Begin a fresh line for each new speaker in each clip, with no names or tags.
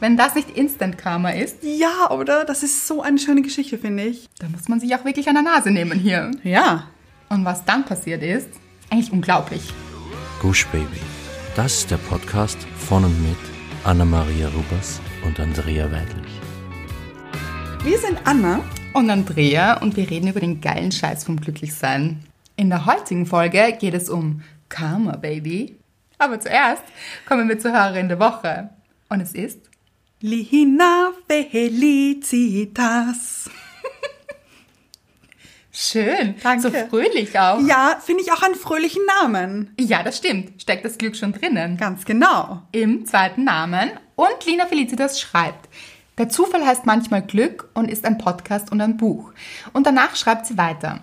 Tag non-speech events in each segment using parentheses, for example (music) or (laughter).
Wenn das nicht Instant Karma ist,
Ja, oder? Das ist so eine schöne Geschichte, finde ich.
dann muss man sich auch wirklich an der Nase nehmen hier.
Ja.
Und was dann passiert ist, eigentlich unglaublich.
Gush Baby. Das ist der Podcast von und mit Anna-Maria Rubers und Andrea Weidlich.
Wir sind Anna.
Und Andrea und wir reden über den geilen Scheiß vom Glücklichsein. In der heutigen Folge geht es um Karma, Baby. Aber zuerst kommen wir zur Hörerin der Woche. Und es ist
Lina Felicitas.
schön, so
Danke.
fröhlich auch.
Ja, finde ich auch einen fröhlichen Namen.
ja, das stimmt. Steckt das Glück schon drinnen.
Ganz genau.
im zweiten Namen. Und Lina Felicitas schreibt, der Zufall heißt manchmal Glück und ist ein Podcast und ein Buch. Und danach schreibt sie weiter.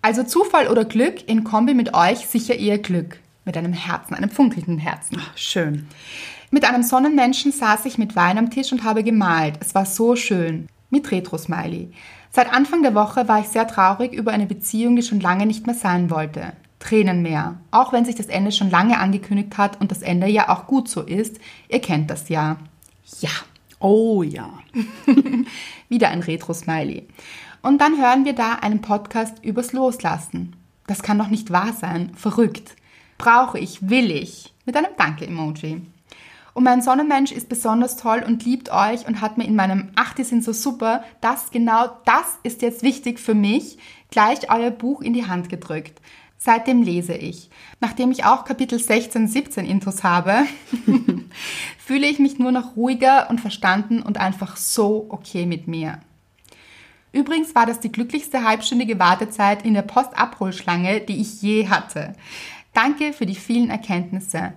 Also Zufall oder Glück in Kombi mit euch sicher ihr Glück. Mit einem Herzen, einem funkelnden Herzen.
Schön.
Mit einem Sonnenmenschen saß ich mit Wein am Tisch und habe gemalt. Es war so schön. Mit Retro-Smiley. Seit Anfang der Woche war ich sehr traurig über eine Beziehung, die schon lange nicht mehr sein wollte. Tränenmeer. Auch wenn sich das Ende schon lange angekündigt hat und das Ende ja auch gut so ist. Ihr kennt das ja. Ja. (laughs)
Oh ja.
Wieder ein Retro-Smiley. Und dann hören wir da einen Podcast übers Loslassen. Das kann doch nicht wahr sein. Verrückt. Brauche ich, will ich. Mit einem Danke-Emoji. Und mein Sonnenmensch ist besonders toll und liebt euch und hat mir in meinem Ach, die sind so super, das genau das ist jetzt wichtig für mich, gleich euer Buch in die Hand gedrückt. Seitdem lese ich. Nachdem ich auch Kapitel 16, 17 Intos habe, (laughs) fühle ich mich nur noch ruhiger und verstanden und einfach so okay mit mir. Übrigens war das die glücklichste halbstündige Wartezeit in der Postabholschlange, die ich je hatte. Danke für die vielen Erkenntnisse.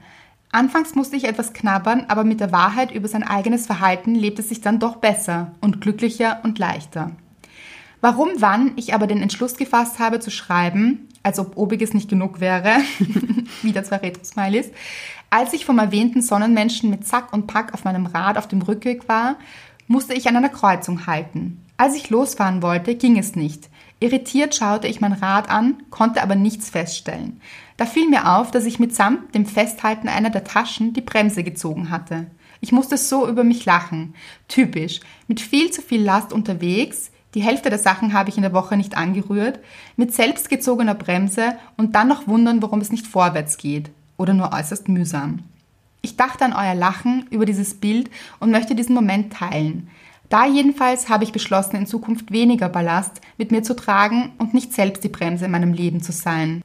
Anfangs musste ich etwas knabbern, aber mit der Wahrheit über sein eigenes Verhalten lebt es sich dann doch besser und glücklicher und leichter. Warum wann ich aber den Entschluss gefasst habe zu schreiben, als ob obiges nicht genug wäre, (laughs) wieder zwei Retro-Smileys, als ich vom erwähnten Sonnenmenschen mit Zack und Pack auf meinem Rad auf dem Rückweg war, musste ich an einer Kreuzung halten. Als ich losfahren wollte, ging es nicht. Irritiert schaute ich mein Rad an, konnte aber nichts feststellen. Da fiel mir auf, dass ich mitsamt dem Festhalten einer der Taschen die Bremse gezogen hatte. Ich musste so über mich lachen. Typisch. Mit viel zu viel Last unterwegs, die Hälfte der Sachen habe ich in der Woche nicht angerührt, mit selbstgezogener Bremse und dann noch wundern, warum es nicht vorwärts geht. Oder nur äußerst mühsam. Ich dachte an euer Lachen über dieses Bild und möchte diesen Moment teilen. Da jedenfalls habe ich beschlossen, in Zukunft weniger Ballast mit mir zu tragen und nicht selbst die Bremse in meinem Leben zu sein.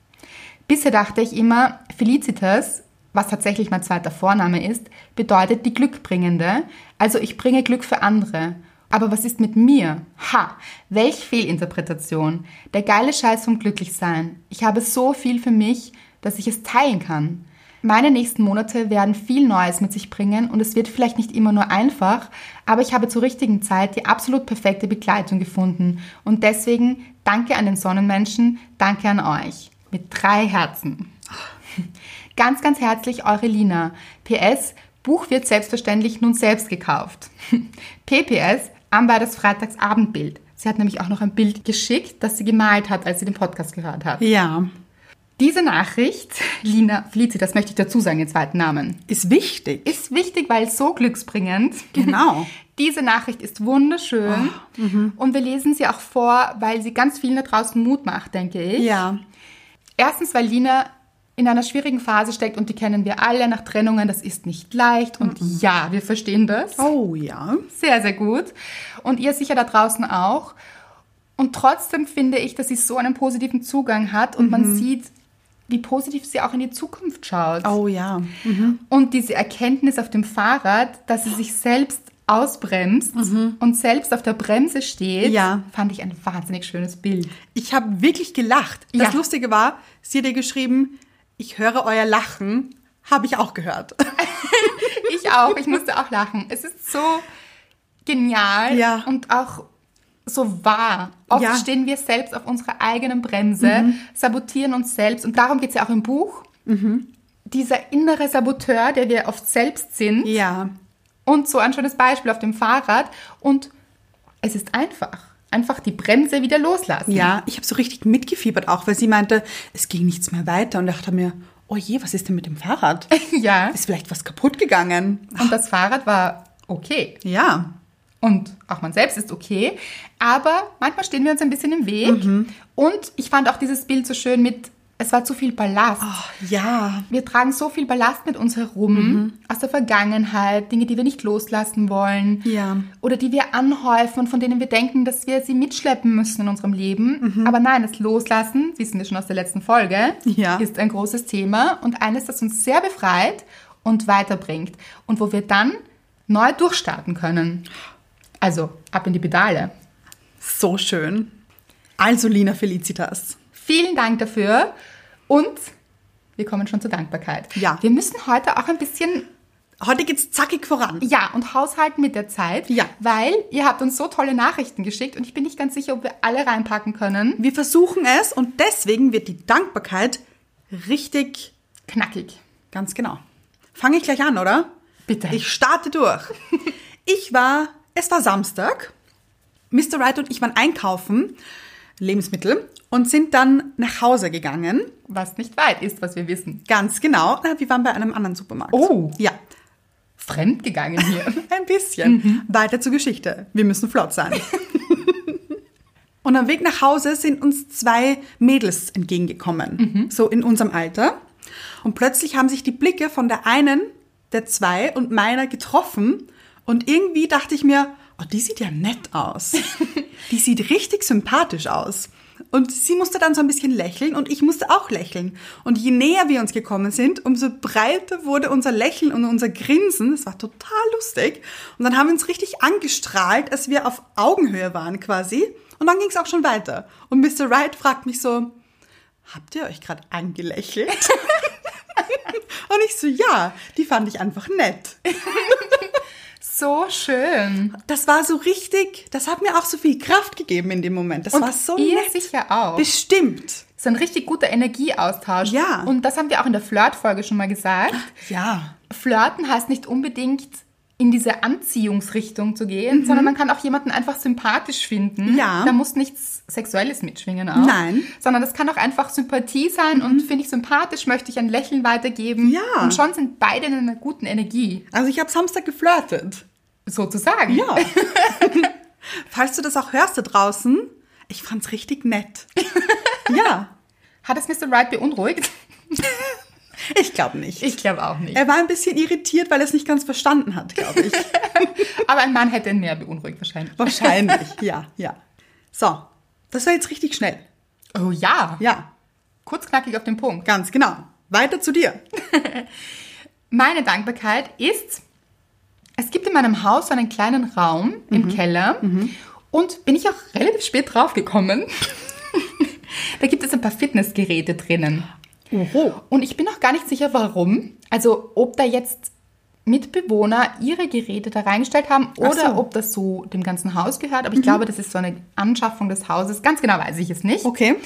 Bisher dachte ich immer, Felicitas, was tatsächlich mein zweiter Vorname ist, bedeutet die Glückbringende, also ich bringe Glück für andere. Aber was ist mit mir? Ha, welch Fehlinterpretation. Der geile Scheiß vom Glücklichsein. Ich habe so viel für mich, dass ich es teilen kann. Meine nächsten Monate werden viel Neues mit sich bringen und es wird vielleicht nicht immer nur einfach, aber ich habe zur richtigen Zeit die absolut perfekte Begleitung gefunden und deswegen danke an den Sonnenmenschen, danke an euch. Mit drei Herzen. (laughs) Ganz, ganz herzlich eure Lina. PS, Buch wird selbstverständlich nun selbst gekauft. (laughs) PPS, Amber das Freitagsabendbild. Sie hat nämlich auch noch ein Bild geschickt, das sie gemalt hat, als sie den Podcast gehört hat.
Ja.
Diese Nachricht, Lina Felici, das möchte ich dazu sagen, den zweiten Namen,
Ist wichtig.
ist wichtig, weil so glücksbringend.
Genau. Oh,
Diese Nachricht ist wunderschön
mhm.
und wir lesen sie auch vor, weil sie ganz vielen da draußen Mut macht, denke ich.
(laughs) Ja.
Erstens, weil Lina in einer schwierigen Phase steckt und die kennen wir alle nach Trennungen, das ist nicht leicht und
Mhm.
ja, wir verstehen das.
Oh ja.
Sehr, sehr gut. Und ihr sicher da draußen auch. Und trotzdem finde ich, dass sie so einen positiven Zugang hat und man sieht, wie positiv sie auch in die Zukunft schaut.
Oh ja.
Und diese Erkenntnis auf dem Fahrrad, dass sie sich selbst ausbremst und selbst auf der Bremse steht,
Ja.
fand ich ein wahnsinnig schönes Bild.
Ich habe wirklich gelacht.
Ja.
Das Lustige war, sie hat dir geschrieben, ich höre euer Lachen. Habe ich auch gehört.
Ich auch, ich musste auch lachen. Es ist so genial
Ja.
und auch so wahr. Oft
Ja. Mhm.
stehen wir selbst auf unserer eigenen Bremse, sabotieren uns selbst und darum geht es ja auch im Buch.
Mhm.
Dieser innere Saboteur, der wir oft selbst sind
Ja.
und so ein schönes Beispiel auf dem Fahrrad und es ist einfach. Einfach die Bremse wieder loslassen.
Ja, ich habe so richtig mitgefiebert auch, weil sie meinte, es ging nichts mehr weiter und dachte mir, (laughs) oh je, was ist denn mit dem Fahrrad?
(laughs) ja.
Ist vielleicht was kaputt gegangen?
Und das Fahrrad war okay.
Ja.
Und auch man selbst ist okay. Aber manchmal stehen wir uns ein bisschen im Weg. Und ich fand auch dieses Bild so schön mit, es war zu viel Ballast.
Oh, Ja.
Wir tragen so viel Ballast mit uns herum
Mhm.
aus der Vergangenheit, Dinge, die wir nicht loslassen wollen
Ja.
oder die wir anhäufen und von denen wir denken, dass wir sie mitschleppen müssen in unserem Leben.
Mhm.
Aber nein, das Loslassen, wissen wir schon aus der letzten Folge,
Ja.
ist ein großes Thema und eines, das uns sehr befreit und weiterbringt und wo wir dann neu durchstarten können. Also ab in die Pedale.
So schön. Also, Lina Felicitas.
Vielen Dank dafür und wir kommen schon zur Dankbarkeit.
Ja.
Wir müssen heute auch ein bisschen
Heute geht's zackig voran.
Ja, und haushalten mit der Zeit.
Ja.
Weil ihr habt uns so tolle Nachrichten geschickt und ich bin nicht ganz sicher, ob wir alle reinpacken können.
Wir versuchen es und deswegen wird die Dankbarkeit richtig
Knackig.
Ganz genau. Fange ich gleich an, oder?
Bitte.
Ich starte durch. ich war, es war Samstag. Mr. Wright und ich waren einkaufen, Lebensmittel, und sind dann nach Hause gegangen.
Was nicht weit ist, was wir wissen.
Ganz genau. Na, wir waren bei einem anderen Supermarkt.
Oh.
Ja,
Fremdgegangen
(laughs)
hier.
ein bisschen. Weiter zur Geschichte. Wir müssen flott sein. und am Weg nach Hause sind uns zwei Mädels entgegengekommen. So in unserem Alter. Und plötzlich haben sich die Blicke von der einen, der zwei und meiner getroffen. Und irgendwie dachte ich mir, oh, die sieht ja nett aus. die sieht richtig sympathisch aus. Und sie musste dann so ein bisschen lächeln und ich musste auch lächeln. Und je näher wir uns gekommen sind, umso breiter wurde unser Lächeln und unser Grinsen. Das war total lustig. Und dann haben wir uns richtig angestrahlt, als wir auf Augenhöhe waren quasi. Und dann ging es auch schon weiter. Und Mr. Wright fragt mich so, habt ihr euch gerade angelächelt? (laughs) und ich so, ja, die fand ich einfach nett.
so schön.
Das war so richtig, das hat mir auch so viel Kraft gegeben in dem Moment. Das war so
ihr
nett.
sicher auch.
Bestimmt.
So ein richtig guter Energieaustausch.
Ja.
Und das haben wir auch in der Flirt-Folge schon mal gesagt.
Ja.
Flirten heißt nicht unbedingt in diese Anziehungsrichtung zu gehen, sondern man kann auch jemanden einfach sympathisch finden.
Ja.
Da muss nichts Sexuelles mitschwingen auch.
Nein.
Sondern das kann auch einfach Sympathie sein und finde ich sympathisch, möchte ich ein Lächeln weitergeben.
Ja.
Und schon sind beide in einer guten Energie,
Also ich habe Samstag geflirtet.
sozusagen.
Ja. Falls du das auch hörst da draußen, ich fand's richtig (laughs) nett. ja.
Hat es Mr. Wright beunruhigt?
Ich glaube nicht.
Ich glaube auch nicht.
Er war ein bisschen irritiert, weil er es nicht ganz verstanden hat, glaube (laughs) ich.
Aber ein Mann hätte ihn mehr beunruhigt wahrscheinlich.
Äh, Wahrscheinlich. Ja, ja. So, das war jetzt richtig schnell.
Oh ja.
Ja,
Kurzknackig auf den Punkt.
ganz genau. Weiter zu dir.
Meine Dankbarkeit ist, es gibt in meinem Haus so einen kleinen Raum
Mhm.
im Keller und bin ich auch relativ spät draufgekommen. (laughs) da gibt es ein paar Fitnessgeräte drinnen.
Oho.
Und ich bin auch gar nicht sicher, warum. Also, ob da jetzt Mitbewohner ihre Geräte da reingestellt haben
Ach
oder
so. Mhm.
ob das so dem ganzen Haus gehört. Aber ich glaube, das ist so eine Anschaffung des Hauses. Ganz genau weiß ich es nicht.
Okay.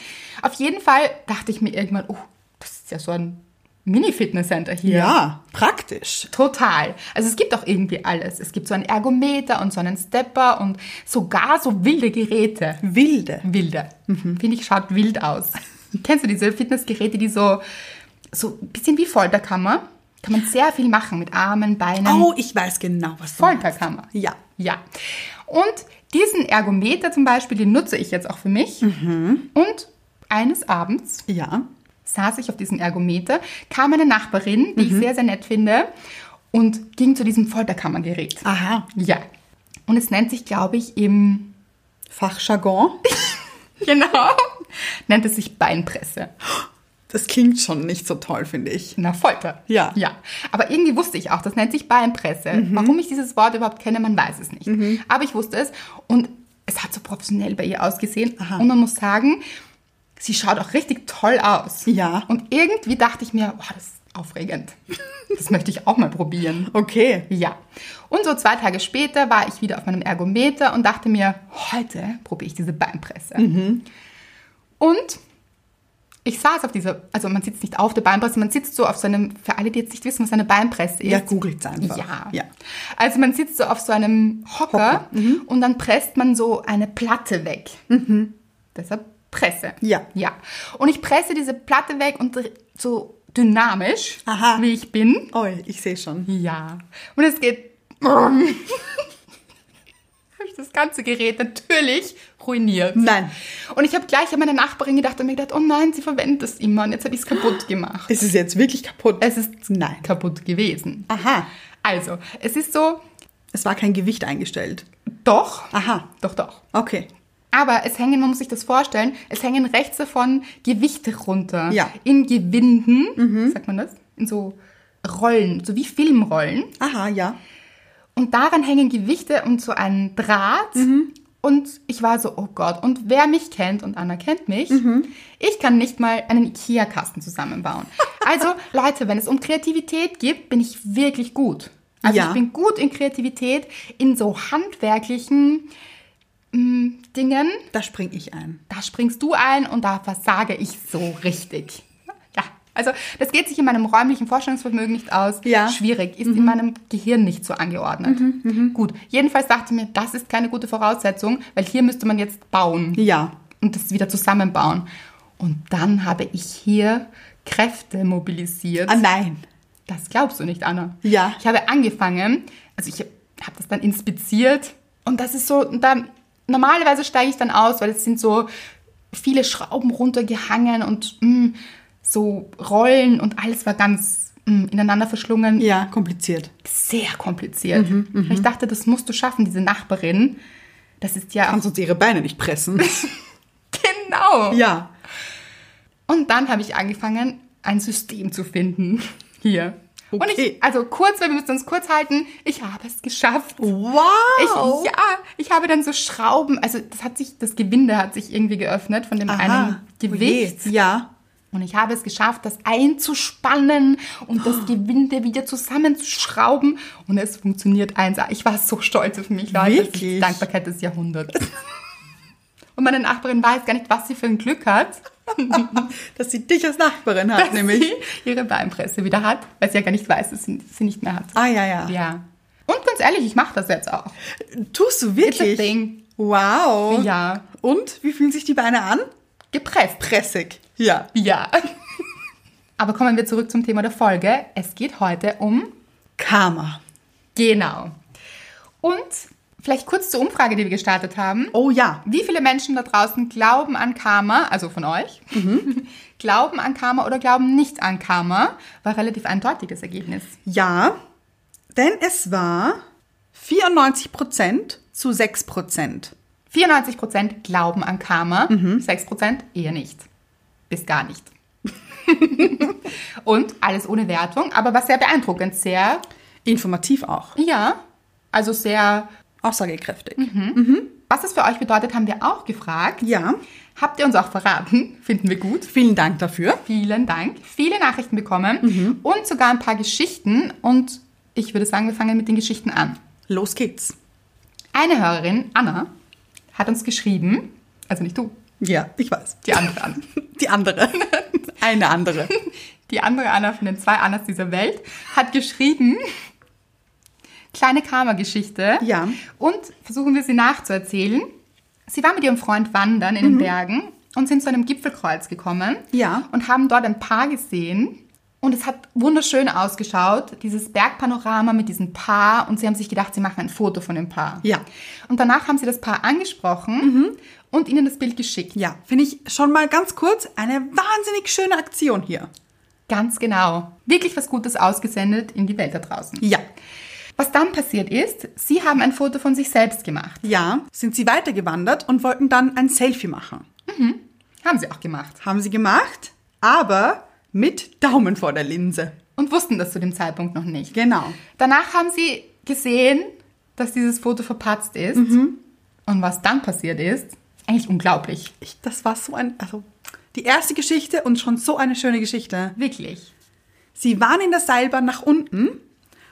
Auf jeden Fall dachte ich mir irgendwann, oh, das ist ja so ein Mini-Fitnesscenter hier.
Ja, praktisch.
Total. Also es gibt auch irgendwie alles. Es gibt so einen Ergometer und so einen Stepper und sogar so wilde Geräte.
Wilde.
Wilde. Finde ich, schaut wild aus. (laughs) Kennst du diese Fitnessgeräte, die so, so ein bisschen wie Folterkammer? Kann man sehr viel machen mit Armen, Beinen.
Oh, ich weiß genau, was du
Folterkammer.
Ja.
Ja. Und diesen Ergometer zum Beispiel, den nutze ich jetzt auch für mich. Und eines Abends
Ja.
saß ich auf diesem Ergometer, kam eine Nachbarin, die ich sehr, sehr nett finde, und ging zu diesem Folterkammergerät.
Aha.
Ja. Und es nennt sich, glaube ich, im. (laughs)
Fachjargon.
Genau. nennt es sich Beinpresse.
Das klingt schon nicht so toll, finde ich.
Na, Folter.
Ja. Mhm.
Ja. Aber irgendwie wusste ich auch, das nennt sich Beinpresse. Warum ich dieses Wort überhaupt kenne, man weiß es nicht. Aber ich wusste es und es hat so professionell bei ihr ausgesehen.
Aha.
Und man muss sagen, sie schaut auch richtig toll aus.
Ja.
Und irgendwie dachte ich mir, wow, das ist aufregend. Das möchte ich auch mal probieren.
Okay.
Ja. Und so zwei Tage später war ich wieder auf meinem Ergometer und dachte mir, heute probiere ich diese Beinpresse.
Mhm.
Und ich saß auf dieser, also man sitzt nicht auf der Beinpresse, man sitzt so auf so einem, für alle, die jetzt nicht wissen, was eine Beinpresse ist.
Ja, googelt's einfach.
Ja.
Ja.
Also man sitzt so auf so einem Hocker,
Hocker, Mhm.
und dann presst man so eine Platte weg. Deshalb Presse.
Ja.
Ja. Und ich presse diese Platte weg und so dynamisch,
Aha.
wie ich bin.
Oh, ich sehe schon.
Ja. Und es geht (laughs) habe ich das ganze Gerät natürlich ruiniert.
Nein.
Und ich habe gleich an meine Nachbarin gedacht und mir gedacht, oh nein, sie verwendet das immer und jetzt hat ich es kaputt gemacht.
Ist es jetzt wirklich (laughs) kaputt?
Es ist
Nein.
kaputt gewesen.
Aha.
Also, es ist so,
Es war kein Gewicht eingestellt.
doch,
Aha.
doch, doch.
Okay.
Aber es hängen, man muss sich das vorstellen, es hängen rechts davon Gewichte runter.
Ja. Mhm.
In Gewinden, sagt man das? In so Rollen, so wie Filmrollen.
Aha, ja.
Und daran hängen Gewichte und so ein Draht. Und ich war so, oh Gott, und wer mich kennt und Anna kennt mich, ich kann nicht mal einen Ikea-Kasten zusammenbauen. Also (laughs) Leute, wenn es um Kreativität geht, bin ich wirklich gut. Also
Ja.
ich bin gut in Kreativität, in so handwerklichen mm, Dingen.
Da springe ich ein.
Da springst du ein und da versage ich so richtig. Ja, also das geht sich in meinem räumlichen Vorstellungsvermögen nicht aus.
Ja. Mhm.
Schwierig, ist in meinem Gehirn nicht so angeordnet. Gut, jedenfalls dachte ich mir, das ist keine gute Voraussetzung, weil hier müsste man jetzt bauen
Ja.
und das wieder zusammenbauen. Und dann habe ich hier Kräfte mobilisiert.
Ah, nein.
Das glaubst du nicht, Anna.
Ja.
Ich habe angefangen, also ich habe das dann inspiziert und das ist so, und dann, normalerweise steige ich dann aus, weil es sind so viele Schrauben runtergehangen und mm, so Rollen und alles war ganz mm, ineinander verschlungen.
Ja, Mhm, kompliziert.
Sehr kompliziert. und ich dachte, das musst du schaffen, diese Nachbarin. Das ist ja auch
Kannst uns ihre Beine nicht pressen.
(laughs) genau.
(laughs) ja.
Und dann habe ich angefangen, ein System zu finden. (laughs) Hier. Und
Okay.
ich, also kurz, weil wir müssen uns kurz halten, ich habe es geschafft. Ich,
Wow.
ja, ich habe dann so Schrauben, also das hat sich, das Gewinde hat sich irgendwie geöffnet von dem
Aha. Oh
einen Gewicht.
Oje. Ja.
Und ich habe es geschafft, das einzuspannen und
Oh.
das Gewinde wieder zusammenzuschrauben. Und es funktioniert eins. Ich war so stolz auf mich, Leute. Das ist die
Wirklich?
Dankbarkeit des Jahrhunderts. (laughs) Und meine Nachbarin weiß gar nicht, was sie für ein Glück
(laughs)
hat,
Dass sie dich als Nachbarin hat,
dass
nämlich.
sie ihre Beinpresse wieder hat, weil sie ja gar nicht weiß, dass sie sie nicht mehr hat.
Ah, ja, ja.
Ja. Und ganz ehrlich, ich mache das jetzt auch.
Tust du wirklich?
It's a thing.
Wow.
Ja.
Und wie fühlen sich die Beine an?
Gepresst.
Pressig. Ja.
Ja. Aber kommen wir zurück zum Thema der Folge. Es geht heute um
Karma.
genau. Und vielleicht kurz zur Umfrage, die wir gestartet haben.
Oh ja.
Wie viele Menschen da draußen glauben an Karma, also von euch, Mhm. (laughs) glauben an Karma oder glauben nicht an Karma, war relativ eindeutiges Ergebnis.
Ja. Denn es war 94% zu 6%.
94% glauben an Karma, 6% eher nicht. Bis gar (laughs) nicht. Und alles ohne Wertung, aber was sehr beeindruckend, sehr,
Informativ auch.
ja, also sehr
Aussagekräftig.
Was es für euch bedeutet, haben wir auch gefragt.
Ja.
Habt ihr uns auch verraten? (laughs) Finden wir gut.
Vielen Dank dafür.
Vielen Dank. Viele Nachrichten bekommen und sogar ein paar Geschichten. Und ich würde sagen, wir fangen mit den Geschichten an.
Los geht's.
Eine Hörerin, Anna, hat uns geschrieben, also nicht du,
Ja, ich weiß.
die andere Anna.
Die andere. (laughs) Eine andere.
Die andere Anna von den zwei Annas dieser Welt hat geschrieben, kleine Karma-Geschichte.
Ja.
Und versuchen wir sie nachzuerzählen. Sie war mit ihrem Freund wandern in den Bergen und sind zu einem Gipfelkreuz gekommen.
Mhm. Ja.
Und haben dort ein Paar gesehen. Und es hat wunderschön ausgeschaut, dieses Bergpanorama mit diesem Paar. Und sie haben sich gedacht, sie machen ein Foto von dem Paar.
Ja. Mhm.
Und danach haben sie das Paar angesprochen und ihnen das Bild geschickt.
Ja, finde ich schon mal ganz kurz eine wahnsinnig schöne Aktion hier.
Ganz genau. Wirklich was Gutes ausgesendet in die Welt da draußen.
Ja.
Was dann passiert ist, sie haben ein Foto von sich selbst gemacht.
Ja, sind sie weitergewandert und wollten dann ein Selfie machen.
Haben sie auch gemacht.
Haben sie gemacht, aber mit Daumen vor der Linse.
Und wussten das zu dem Zeitpunkt noch nicht.
Genau.
Danach haben sie gesehen, dass dieses Foto verpatzt ist. Und was dann passiert ist, eigentlich unglaublich.
Ich, das war so ein, also die erste Geschichte und schon so eine schöne Geschichte.
Wirklich.
Sie waren in der Seilbahn nach unten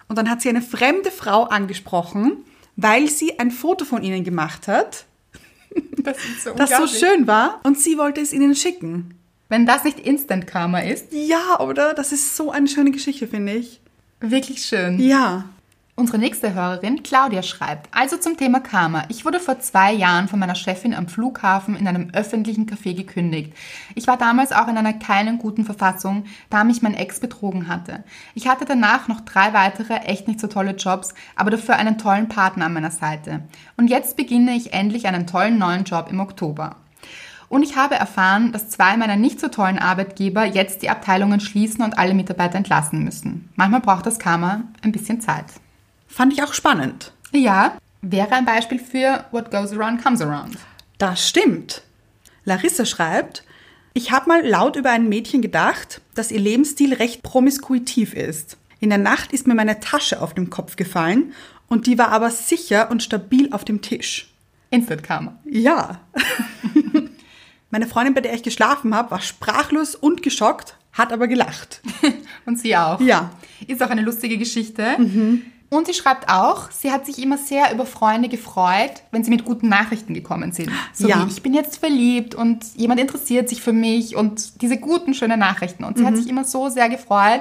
und dann hat sie eine fremde Frau angesprochen, weil sie ein Foto von ihnen gemacht hat,
Das ist so
das so schön war und sie wollte es ihnen schicken.
Wenn das nicht Instant Karma ist,
Ja, oder? Das ist so eine schöne Geschichte, finde ich.
wirklich schön.
Ja.
Unsere nächste Hörerin, Claudia, schreibt, also zum Thema Karma. Ich wurde vor zwei Jahren von meiner Chefin am Flughafen in einem öffentlichen Café gekündigt. Ich war damals auch in einer keinen guten Verfassung, da mich mein Ex betrogen hatte. Ich hatte danach noch drei weitere echt nicht so tolle Jobs, aber dafür einen tollen Partner an meiner Seite. Und jetzt beginne ich endlich einen tollen neuen Job im Oktober. Und ich habe erfahren, dass zwei meiner nicht so tollen Arbeitgeber jetzt die Abteilungen schließen und alle Mitarbeiter entlassen müssen. Manchmal braucht das Karma ein bisschen Zeit.
Fand ich auch spannend.
Ja, wäre ein Beispiel für What goes around comes around.
Das stimmt. Larissa schreibt, ich habe mal laut über ein Mädchen gedacht, dass ihr Lebensstil recht promiskuitiv ist. In der Nacht ist mir meine Tasche auf den Kopf gefallen und die war aber sicher und stabil auf dem Tisch.
Instant Karma.
Ja. (laughs) meine Freundin, bei der ich geschlafen habe, war sprachlos und geschockt, hat aber gelacht.
Und sie auch.
Ja. Mhm.
Ist auch eine lustige Geschichte. Und sie schreibt auch, sie hat sich immer sehr über Freunde gefreut, wenn sie mit guten Nachrichten gekommen sind. So
Ja.
wie, ich bin jetzt verliebt und jemand interessiert sich für mich und diese guten, schönen Nachrichten. Und sie
Mhm.
hat sich immer so sehr gefreut.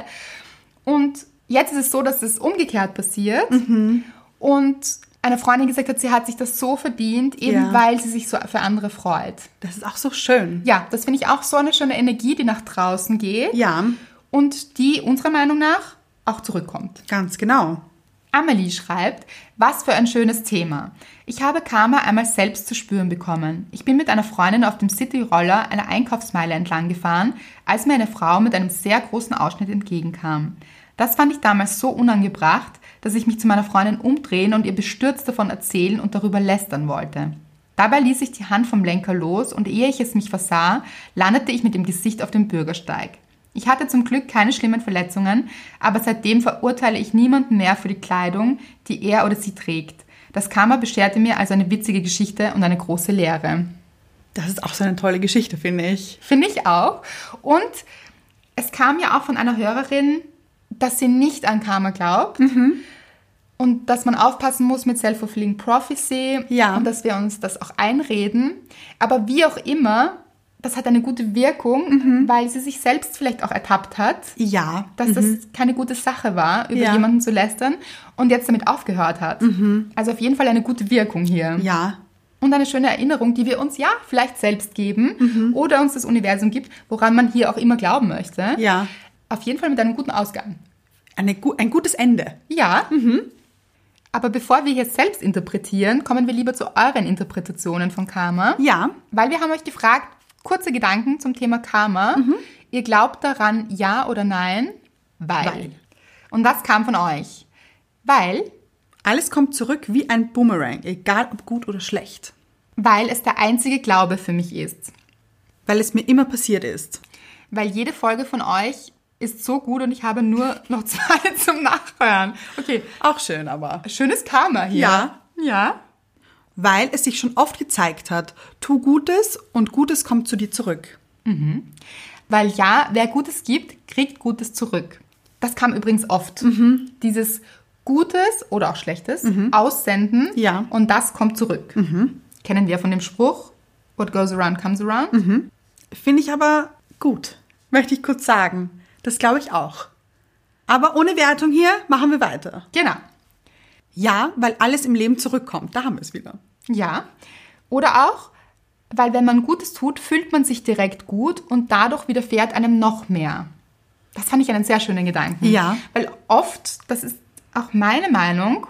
Und jetzt ist es so, dass es umgekehrt passiert.
Mhm.
Und eine Freundin gesagt hat, sie hat sich das so verdient, eben
Ja.
weil sie sich so für andere freut.
Das ist auch so schön.
Ja, das finde ich auch so eine schöne Energie, die nach draußen geht
Ja,
und die unserer Meinung nach auch zurückkommt.
ganz genau.
Amelie schreibt, was für ein schönes Thema. Ich habe Karma einmal selbst zu spüren bekommen. Ich bin mit einer Freundin auf dem City-Roller einer Einkaufsmeile entlang gefahren, als mir eine Frau mit einem sehr großen Ausschnitt entgegenkam. Das fand ich damals so unangebracht, dass ich mich zu meiner Freundin umdrehen und ihr bestürzt davon erzählen und darüber lästern wollte. Dabei ließ ich die Hand vom Lenker los und ehe ich es mich versah, landete ich mit dem Gesicht auf dem Bürgersteig. Ich hatte zum Glück keine schlimmen Verletzungen, aber seitdem verurteile ich niemanden mehr für die Kleidung, die er oder sie trägt. Das Karma bescherte mir also eine witzige Geschichte und eine große Lehre.
Das ist auch so eine tolle Geschichte, finde ich.
Finde ich auch. Und es kam ja auch von einer Hörerin, dass sie nicht an Karma glaubt und dass man aufpassen muss mit Self-Fulfilling Prophecy
Ja.
und dass wir uns das auch einreden. Aber wie auch immer, das hat eine gute Wirkung, weil sie sich selbst vielleicht auch ertappt hat
Ja,
dass das keine gute Sache war, über
Mhm. Ja. Mhm.
jemanden zu lästern und jetzt damit aufgehört hat. Also auf jeden Fall eine gute Wirkung hier.
ja,
Und eine schöne Erinnerung, die wir uns ja vielleicht selbst geben
Mhm.
oder uns das Universum gibt, woran man hier auch immer glauben möchte.
ja.
Auf jeden Fall mit einem guten Ausgang.
Eine, gu- ein gutes Ende.
Ja.
Mhm.
Aber bevor wir hier selbst interpretieren, kommen wir lieber zu euren Interpretationen von Karma.
Ja,
Weil wir haben euch gefragt, kurze Gedanken zum Thema Karma.
Mhm.
Ihr glaubt daran, ja oder nein? Weil.
Weil.
Und das kam von euch. Weil,
alles kommt zurück wie ein Boomerang, egal ob gut oder schlecht.
weil es der einzige Glaube für mich ist.
Weil es mir immer passiert ist.
Weil jede Folge von euch ist so gut und ich habe nur noch (laughs) zwei zum Nachhören. Okay,
Auch schön, aber.
schönes Karma hier.
Ja.
Ja.
Weil es sich schon oft gezeigt hat, tu Gutes und Gutes kommt zu dir zurück.
Weil ja, wer Gutes gibt, kriegt Gutes zurück. Das kam übrigens oft. Dieses Gutes oder auch Schlechtes aussenden
Ja.
und das kommt zurück. Kennen wir von dem Spruch, what goes around comes around?
Finde ich aber gut. Möchte ich kurz sagen. Das glaube ich auch. Aber ohne Wertung hier machen wir weiter.
Genau.
Ja, weil alles im Leben zurückkommt. Da haben wir es wieder.
Ja. Oder auch, weil wenn man Gutes tut, fühlt man sich direkt gut und dadurch widerfährt einem noch mehr. Das fand ich einen sehr schönen Gedanken.
Ja.
Weil oft, das ist auch meine Meinung,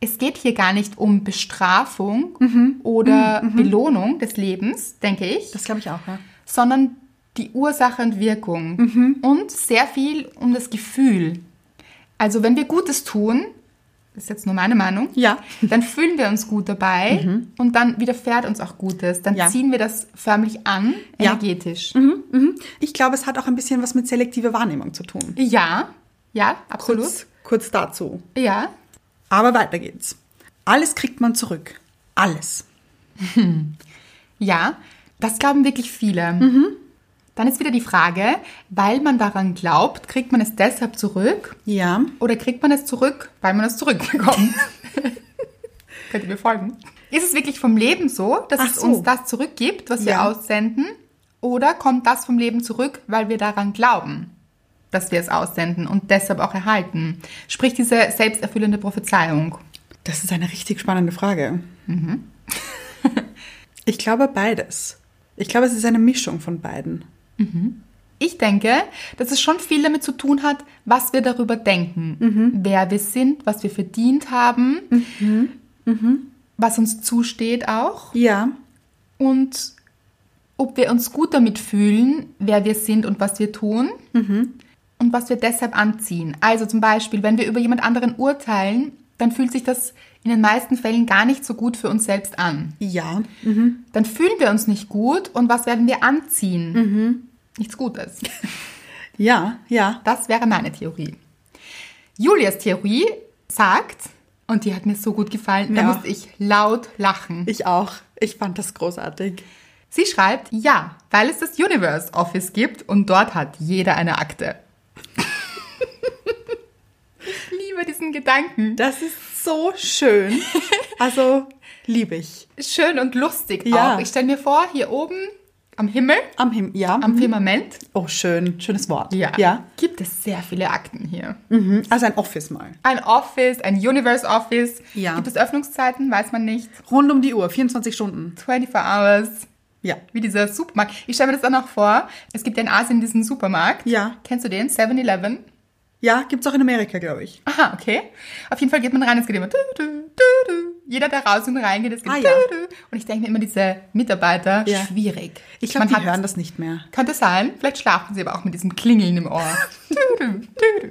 es geht hier gar nicht um Bestrafung oder Belohnung des Lebens, denke ich,
Mhm. Das glaube ich auch, ja.
sondern die Ursache und Wirkung
Mhm.
und sehr viel um das Gefühl. Also wenn wir Gutes tun, das ist jetzt nur meine Meinung,
Ja. Mhm.
dann fühlen wir uns gut dabei und dann widerfährt uns auch Gutes. Dann
Ja.
ziehen wir das förmlich an,
Ja. Mhm.
energetisch.
Ich glaube, es hat auch ein bisschen was mit selektiver Wahrnehmung zu tun.
Ja, ja, absolut.
Kurz, kurz dazu.
Ja,
Aber weiter geht's. Alles kriegt man zurück. Alles.
ja, das glauben wirklich viele.
Mhm.
Dann ist wieder die Frage, weil man daran glaubt, kriegt man es deshalb zurück
Ja.
Oder kriegt man es zurück, weil man es
(laughs)
zurückbekommt? Könnt ihr mir folgen? Ist es wirklich vom Leben so, dass
Ach
es
so.
uns das zurückgibt, was wir
Ja.
aussenden? Oder kommt das vom Leben zurück, weil wir daran glauben? dass wir es aussenden und deshalb auch erhalten? Sprich, diese selbsterfüllende Prophezeiung.
Das ist eine richtig spannende Frage. Mhm. (laughs) ich glaube beides. Ich glaube, es ist eine Mischung von beiden.
Ich denke, dass es schon viel damit zu tun hat, was wir darüber denken,
Mhm.
wer wir sind, was wir verdient haben,
Mhm.
was uns zusteht auch
Ja,
und ob wir uns gut damit fühlen, wer wir sind und was wir tun und was wir deshalb anziehen. Also zum Beispiel, wenn wir über jemand anderen urteilen, dann fühlt sich das in den meisten Fällen gar nicht so gut für uns selbst an.
ja.
Dann fühlen wir uns nicht gut und was werden wir anziehen? Nichts Gutes.
Ja, ja.
Das wäre meine Theorie. Julias Theorie sagt, und die hat mir so gut gefallen, da
Ja.
musste ich laut lachen.
Ich auch. Ich fand das großartig.
Sie schreibt, ja, weil es das Universe Office gibt und dort hat jeder eine Akte. (laughs) ich liebe diesen Gedanken.
Das ist so (laughs) schön. Also, liebe ich.
Schön und lustig
Ja.
auch. Ich stelle mir vor, hier oben am Himmel,
Am Himmel, ja.
am Firmament,
oh, schön. Schönes Wort.
ja, gibt es sehr viele Akten hier.
Mhm. Also ein Office mal.
Ein Office, ein Universe Office.
Ja.
Gibt es Öffnungszeiten? Weiß man nicht.
Rund um die Uhr, 24 Stunden.
24 Hours.
Ja.
Wie dieser Supermarkt. Ich stelle mir das dann auch vor. Es gibt ja in Asien diesen Supermarkt.
Ja.
Kennst du den? 7-Eleven?
Ja, gibt's auch in Amerika, glaube ich.
Aha, okay. Auf jeden Fall geht man rein, es geht immer. Du, du, du, du. Jeder, der raus und reingeht, es geht.
Ah,
du,
ja.
du. Und ich denke mir immer, diese Mitarbeiter,
Ja.
schwierig.
Ich glaube, die
hat-
hören das nicht mehr.
Könnte sein, vielleicht schlafen sie aber auch mit diesem Klingeln im
(laughs)
Ohr. Du, du, du, du.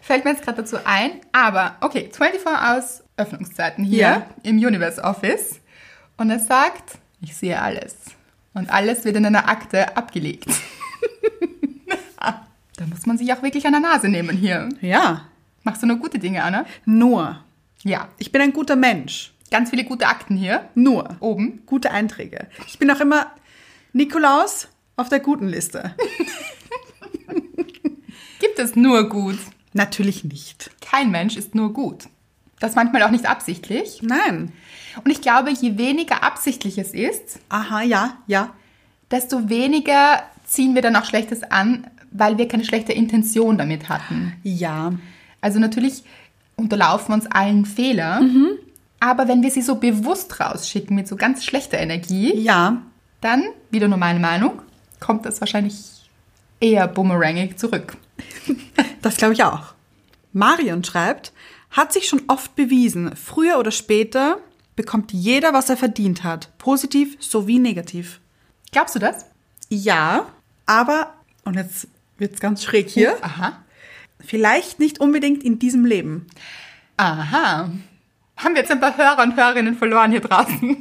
Fällt mir jetzt gerade dazu ein, aber okay, 24 Hours Öffnungszeiten hier
Ja.
im Universe Office. Und es sagt, ich sehe alles. Und alles wird in einer Akte abgelegt. (laughs) da muss man sich auch wirklich an der Nase nehmen hier.
Ja.
Machst du nur gute Dinge, Anna?
Nur.
Ja,
Ich bin ein guter Mensch.
ganz viele gute Akten hier
Nur.
oben.
Gute Einträge. Ich bin auch immer Nikolaus auf der guten (laughs) Liste.
Gibt es nur gut.
Natürlich nicht.
Kein Mensch ist nur gut. Das manchmal auch nicht absichtlich.
Nein.
Und ich glaube, je weniger absichtlich es ist,
Aha, ja, ja.
desto weniger ziehen wir dann auch Schlechtes an, weil wir keine schlechte Intention damit hatten.
Ja.
Also natürlich unterlaufen uns allen Fehler, aber wenn wir sie so bewusst rausschicken mit so ganz schlechter Energie,
Ja.
dann, wieder nur meine Meinung, kommt das wahrscheinlich eher bumerangig zurück.
Das glaube ich auch. Marion schreibt, hat sich schon oft bewiesen, früher oder später bekommt jeder, was er verdient hat, positiv sowie negativ.
Glaubst du das?
Ja, aber, und jetzt wird's ganz schräg hier,
Aha.
vielleicht nicht unbedingt in diesem Leben.
Aha. Haben wir jetzt ein paar Hörer und Hörerinnen verloren hier draußen?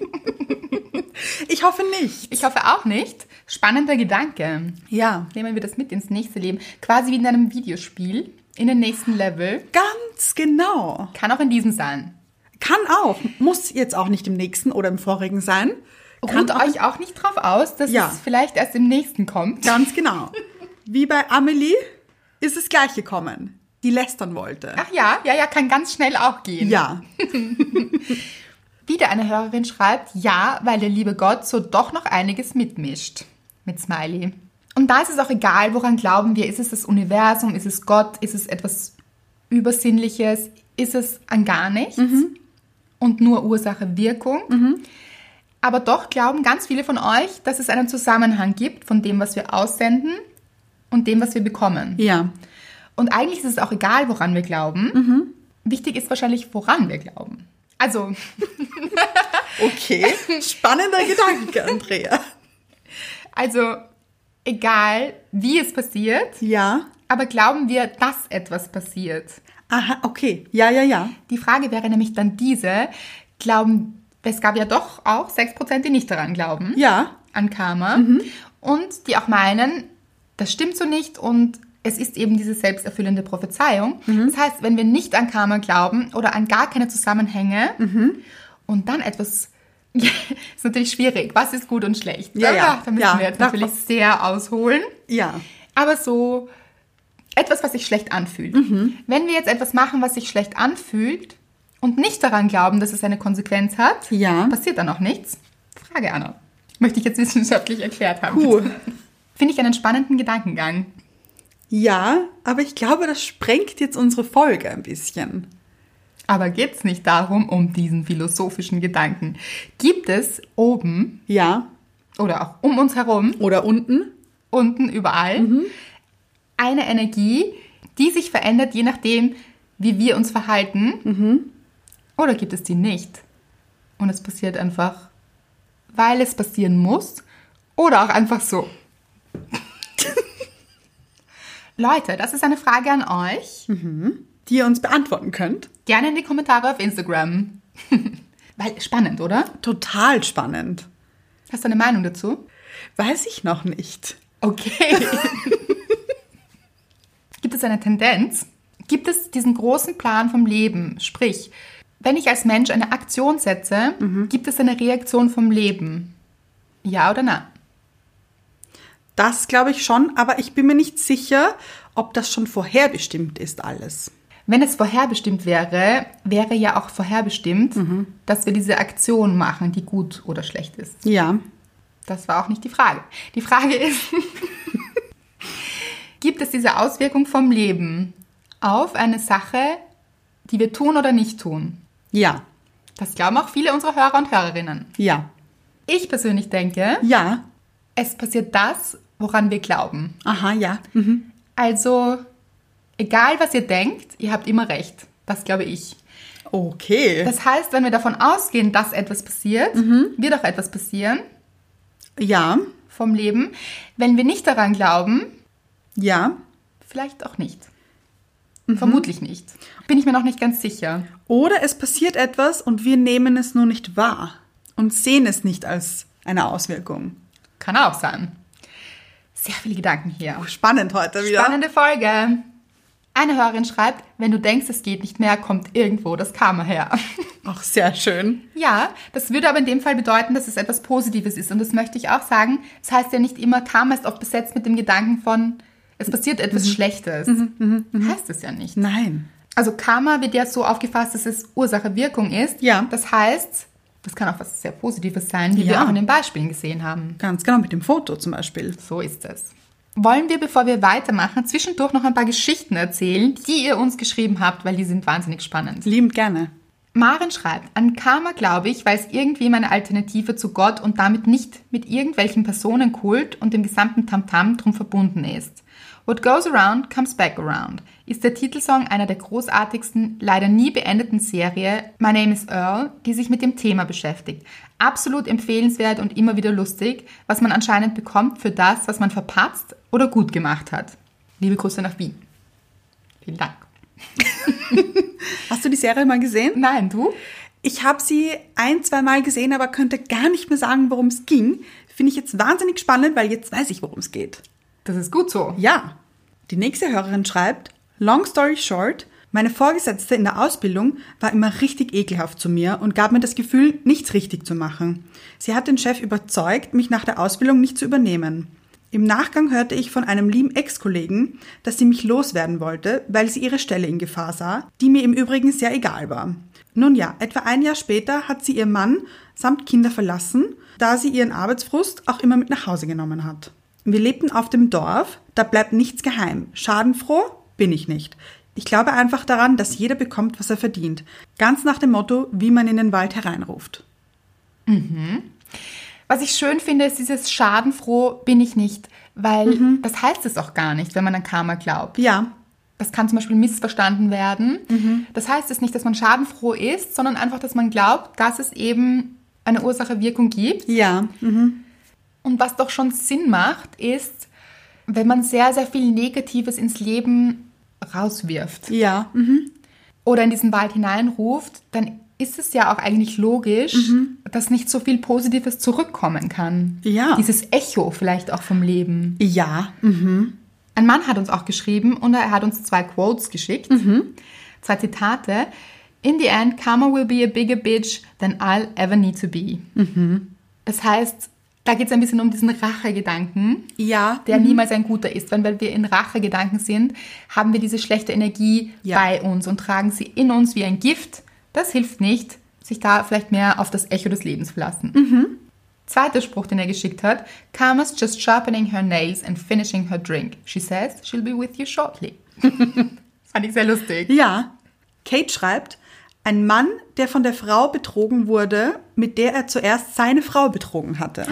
Ich hoffe nicht.
Ich hoffe auch nicht. Spannender Gedanke.
Ja.
Nehmen wir das mit ins nächste Leben. Quasi wie in einem Videospiel, in den nächsten Level.
Ganz genau.
Kann auch in diesem sein.
Kann auch. Muss jetzt auch nicht im nächsten oder im vorigen sein. Kann
Ruht euch auch nicht drauf aus, dass
Ja.
es vielleicht erst im nächsten kommt.
Ganz genau. Wie bei Amelie ist das Gleiche kommen, die lästern wollte.
Ach ja, ja, ja, kann ganz schnell auch gehen.
Ja.
Wieder eine Hörerin schreibt, ja, weil der liebe Gott so doch noch einiges mitmischt. Mit Smiley. Und da ist es auch egal, woran glauben wir. Ist es das Universum? Ist es Gott? Ist es etwas Übersinnliches? Ist es an gar nichts? Und nur Ursache, Wirkung? Aber doch glauben ganz viele von euch, dass es einen Zusammenhang gibt von dem, was wir aussenden und dem, was wir bekommen.
Ja.
Und eigentlich ist es auch egal, woran wir glauben. Wichtig ist wahrscheinlich, woran wir glauben. Also,
Okay. Spannender Gedanke, Andrea.
Also, egal wie es passiert,
Ja.
aber glauben wir, dass etwas passiert?
Aha, okay. Ja, ja, ja.
Die Frage wäre nämlich dann diese, glauben, es gab ja doch auch 6%, die nicht daran glauben,
Ja. Mhm.
an Karma, und die auch meinen, das stimmt so nicht und es ist eben diese selbsterfüllende Prophezeiung.
Mhm.
Das heißt, wenn wir nicht an Karma glauben oder an gar keine Zusammenhänge
Mhm.
und dann etwas... (laughs) ist natürlich schwierig. Was ist gut und schlecht?
Ja, ja.
Ah, Da müssen
Ja,
wir jetzt
da-
natürlich sehr ausholen.
Ja.
Aber so etwas, was sich schlecht anfühlt. Wenn wir jetzt etwas machen, was sich schlecht anfühlt und nicht daran glauben, dass es eine Konsequenz hat,
Ja.
passiert dann auch nichts? Frage Anna. Möchte ich jetzt wissenschaftlich erklärt haben.
Puh.
Finde ich einen spannenden Gedankengang.
Ja, aber ich glaube, das sprengt jetzt unsere Folge ein bisschen.
Aber geht's nicht darum, um diesen philosophischen Gedanken? Gibt es oben
Ja.
oder auch um uns herum,
Oder unten?
unten, überall, eine Energie, die sich verändert, je nachdem, wie wir uns verhalten? Oder gibt es die nicht? Und es passiert einfach, weil es passieren muss oder auch einfach so. Leute, das ist eine Frage an euch.
Die ihr uns beantworten könnt.
Gerne in die Kommentare auf Instagram. (laughs) Weil spannend, oder?
Total spannend.
Hast du eine Meinung dazu?
Weiß ich noch nicht.
Okay. Gibt es eine Tendenz? Gibt es diesen großen Plan vom Leben? Sprich, wenn ich als Mensch eine Aktion setze, gibt es eine Reaktion vom Leben? Ja oder nein?
Das glaube ich schon, aber ich bin mir nicht sicher, ob das schon vorherbestimmt ist alles.
Wenn es vorherbestimmt wäre, wäre ja auch vorherbestimmt, dass wir diese Aktion machen, die gut oder schlecht ist.
Ja.
Das war auch nicht die Frage. Die Frage ist, (laughs) gibt es diese Auswirkung vom Leben auf eine Sache, die wir tun oder nicht tun?
Ja.
Das glauben auch viele unserer Hörer und Hörerinnen.
Ja.
Ich persönlich denke,
Ja.
es passiert das, woran wir glauben.
Aha, ja. Mhm.
Also, egal was ihr denkt, ihr habt immer recht. Das glaube ich.
Okay.
Das heißt, wenn wir davon ausgehen, dass etwas passiert, wird auch etwas passieren
ja.
vom Leben. Wenn wir nicht daran glauben,
Ja.
Vielleicht auch nicht. Vermutlich nicht. Bin ich mir noch nicht ganz sicher.
Oder es passiert etwas und wir nehmen es nur nicht wahr und sehen es nicht als eine Auswirkung.
Kann auch sein. Sehr viele Gedanken hier.
Spannend heute wieder.
Spannende Folge. Eine Hörerin schreibt, wenn du denkst, es geht nicht mehr, kommt irgendwo das Karma her. (laughs)
Auch sehr schön.
ja, das würde aber in dem Fall bedeuten, dass es etwas Positives ist. Und das möchte ich auch sagen. Das heißt ja nicht immer, Karma ist oft besetzt mit dem Gedanken von, es passiert etwas Schlechtes. Heißt es ja nicht.
Nein.
Also Karma wird ja so aufgefasst, dass es Ursache-Wirkung ist.
Ja.
Das heißt, das kann auch was sehr Positives sein, wie wir
Ja.
auch in den Beispielen gesehen haben.
Ganz genau, mit dem Foto zum Beispiel.
So ist es. Wollen wir, bevor wir weitermachen, zwischendurch noch ein paar Geschichten erzählen, die ihr uns geschrieben habt, weil die sind wahnsinnig spannend.
Liebend gerne.
Maren schreibt, an Karma glaube ich, weil es irgendwie meine Alternative zu Gott und damit nicht mit irgendwelchen Personenkult und dem gesamten Tamtam drum verbunden ist. What goes around comes back around ist der Titelsong einer der großartigsten, leider nie beendeten Serie My Name is Earl, die sich mit dem Thema beschäftigt. Absolut empfehlenswert und immer wieder lustig, was man anscheinend bekommt für das, was man verpatzt oder gut gemacht hat. Liebe Grüße nach Wien. Vielen Dank.
Hast du die Serie mal gesehen?
Nein, du?
Ich habe sie ein, zwei Mal gesehen, aber könnte gar nicht mehr sagen, worum es ging. Finde ich jetzt wahnsinnig spannend, weil jetzt weiß ich, worum es geht.
Das ist gut so.
Ja. Die nächste Hörerin schreibt, Long story short, meine Vorgesetzte in der Ausbildung war immer richtig ekelhaft zu mir und gab mir das Gefühl, nichts richtig zu machen. Sie hat den Chef überzeugt, mich nach der Ausbildung nicht zu übernehmen. Im Nachgang hörte ich von einem lieben Ex-Kollegen, dass sie mich loswerden wollte, weil sie ihre Stelle in Gefahr sah, die mir im Übrigen sehr egal war. Nun ja, etwa ein Jahr später hat sie ihr Mann samt Kinder verlassen, da sie ihren Arbeitsfrust auch immer mit nach Hause genommen hat. Wir lebten auf dem Dorf, da bleibt nichts geheim. Schadenfroh bin ich nicht. Ich glaube einfach daran, dass jeder bekommt, was er verdient. Ganz nach dem Motto, wie man in den Wald hereinruft.
Was ich schön finde, ist dieses Schadenfroh bin ich nicht, weil das heißt es auch gar nicht, wenn man an Karma glaubt.
Ja,
Das kann zum Beispiel missverstanden werden. Das heißt es nicht, dass man schadenfroh ist, sondern einfach, dass man glaubt, dass es eben eine Ursache-Wirkung gibt.
ja, Mhm.
Und was doch schon Sinn macht, ist, wenn man sehr, sehr viel Negatives ins Leben rauswirft
ja, Mhm.
oder in diesen Wald hineinruft, dann ist es ja auch eigentlich logisch, dass nicht so viel Positives zurückkommen kann.
Ja.
Dieses Echo vielleicht auch vom Leben.
ja,
Ein Mann hat uns auch geschrieben und er hat uns zwei Quotes geschickt, zwei Zitate. In the end, karma will be a bigger bitch than I'll ever need to be. Das heißt, da geht es ein bisschen um diesen Rachegedanken
ja,
der niemals ein guter ist. Weil wenn wir in Rachegedanken sind, haben wir diese schlechte Energie
Ja.
bei uns und tragen sie in uns
Mhm.
wie ein Gift. Das hilft nicht, sich da vielleicht mehr auf das Echo des Lebens verlassen. Zweiter Spruch, den er geschickt hat. Karma's just sharpening her nails and finishing her drink. She says she'll be with you
(laughs)
shortly. das fand ich sehr lustig.
Ja. Kate schreibt, ein Mann, der von der Frau betrogen wurde, mit der er zuerst seine Frau betrogen hatte.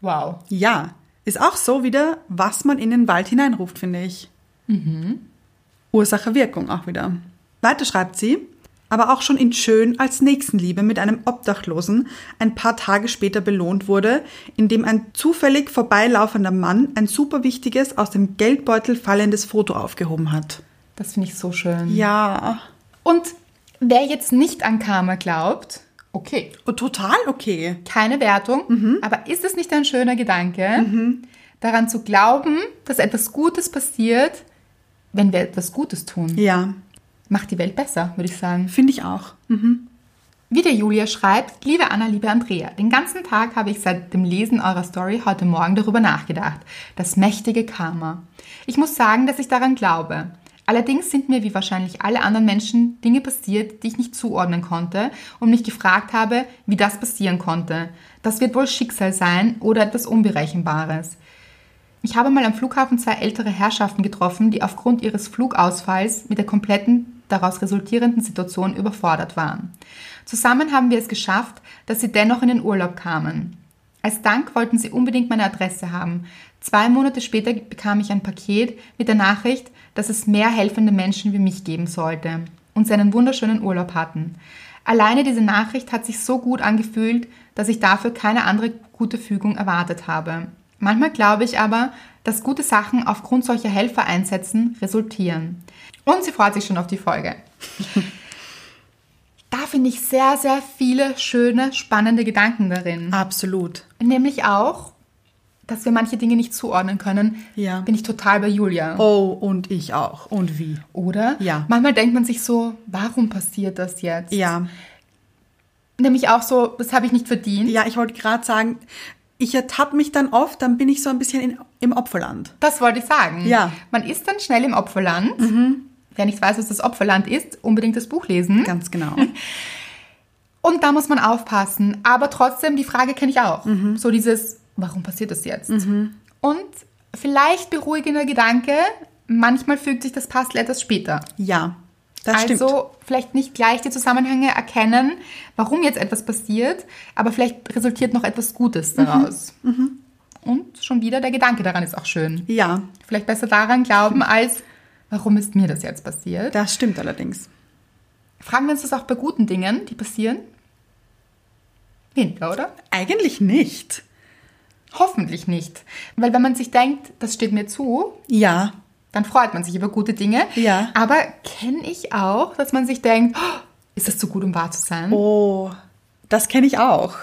Wow.
Ja, ist auch so wieder, was man in den Wald hineinruft, finde ich. Mhm. Ursache Wirkung auch wieder. Weiter schreibt sie, aber auch schon in Schön als Nächstenliebe mit einem Obdachlosen ein paar Tage später belohnt wurde, indem ein zufällig vorbeilaufender Mann ein superwichtiges aus dem Geldbeutel fallendes Foto aufgehoben hat.
Das finde ich so schön.
Ja,
Und wer jetzt nicht an Karma glaubt, okay,
oh, total okay.
keine Wertung, aber ist es nicht ein schöner Gedanke, daran zu glauben, dass etwas Gutes passiert, wenn wir etwas Gutes tun?
Ja,
Macht die Welt besser, würde ich sagen.
finde ich auch.
Wie der Julia schreibt, liebe Anna, liebe Andrea, den ganzen Tag habe ich seit dem Lesen eurer Story heute Morgen darüber nachgedacht. Das mächtige Karma. Ich muss sagen, dass ich daran glaube. Allerdings sind mir, wie wahrscheinlich alle anderen Menschen, Dinge passiert, die ich nicht zuordnen konnte und mich gefragt habe, wie das passieren konnte. Das wird wohl Schicksal sein oder etwas Unberechenbares. Ich habe mal am Flughafen zwei ältere Herrschaften getroffen, die aufgrund ihres Flugausfalls mit der kompletten daraus resultierenden Situation überfordert waren. Zusammen haben wir es geschafft, dass sie dennoch in den Urlaub kamen. Als Dank wollten sie unbedingt meine Adresse haben. Zwei Monate später bekam ich ein Paket mit der Nachricht, dass es mehr helfende Menschen wie mich geben sollte und sie einen wunderschönen Urlaub hatten. Alleine diese Nachricht hat sich so gut angefühlt, dass ich dafür keine andere gute Fügung erwartet habe. Manchmal glaube ich aber, dass gute Sachen aufgrund solcher Helfereinsätzen resultieren. Und sie freut sich schon auf die
(laughs)
Folge. Da finde ich sehr, sehr viele schöne, spannende Gedanken darin.
Absolut.
Nämlich auch, dass wir manche Dinge nicht zuordnen können.
Ja.
Bin ich total bei Julia.
Oh, und ich auch. Und wie?
Oder?
Ja.
Manchmal denkt man sich so, warum passiert das jetzt?
Ja,
Nämlich auch so, das habe ich nicht verdient.
ja, ich wollte gerade sagen, ich ertappe mich dann oft, dann bin ich so ein bisschen in, im Opferland.
Das wollte ich sagen.
Ja. Mhm.
Man ist dann schnell im Opferland. Wer nicht weiß, was das Opferland ist, unbedingt das Buch lesen.
Ganz (laughs) genau.
Und da muss man aufpassen. Aber trotzdem, die Frage kenne ich auch.
Mhm.
So dieses, warum passiert das jetzt? Und vielleicht beruhigender Gedanke, manchmal fügt sich das Puzzle etwas später.
Ja, das
also
stimmt.
vielleicht nicht gleich die Zusammenhänge erkennen, warum jetzt etwas passiert, aber vielleicht resultiert noch etwas Gutes
Mhm.
daraus. Und schon wieder der Gedanke daran ist auch schön.
Ja,
Vielleicht besser daran glauben als, warum ist mir das jetzt passiert?
das stimmt allerdings.
Fragen wir uns das auch bei guten Dingen, die passieren? Weniger, oder?
Eigentlich nicht.
Hoffentlich nicht. Weil wenn man sich denkt, das steht mir zu,
Ja,
dann freut man sich über gute Dinge.
Ja.
Aber kenne ich auch, dass man sich denkt, "Oh, ist das zu gut, um wahr zu sein?
oh, das kenne ich auch.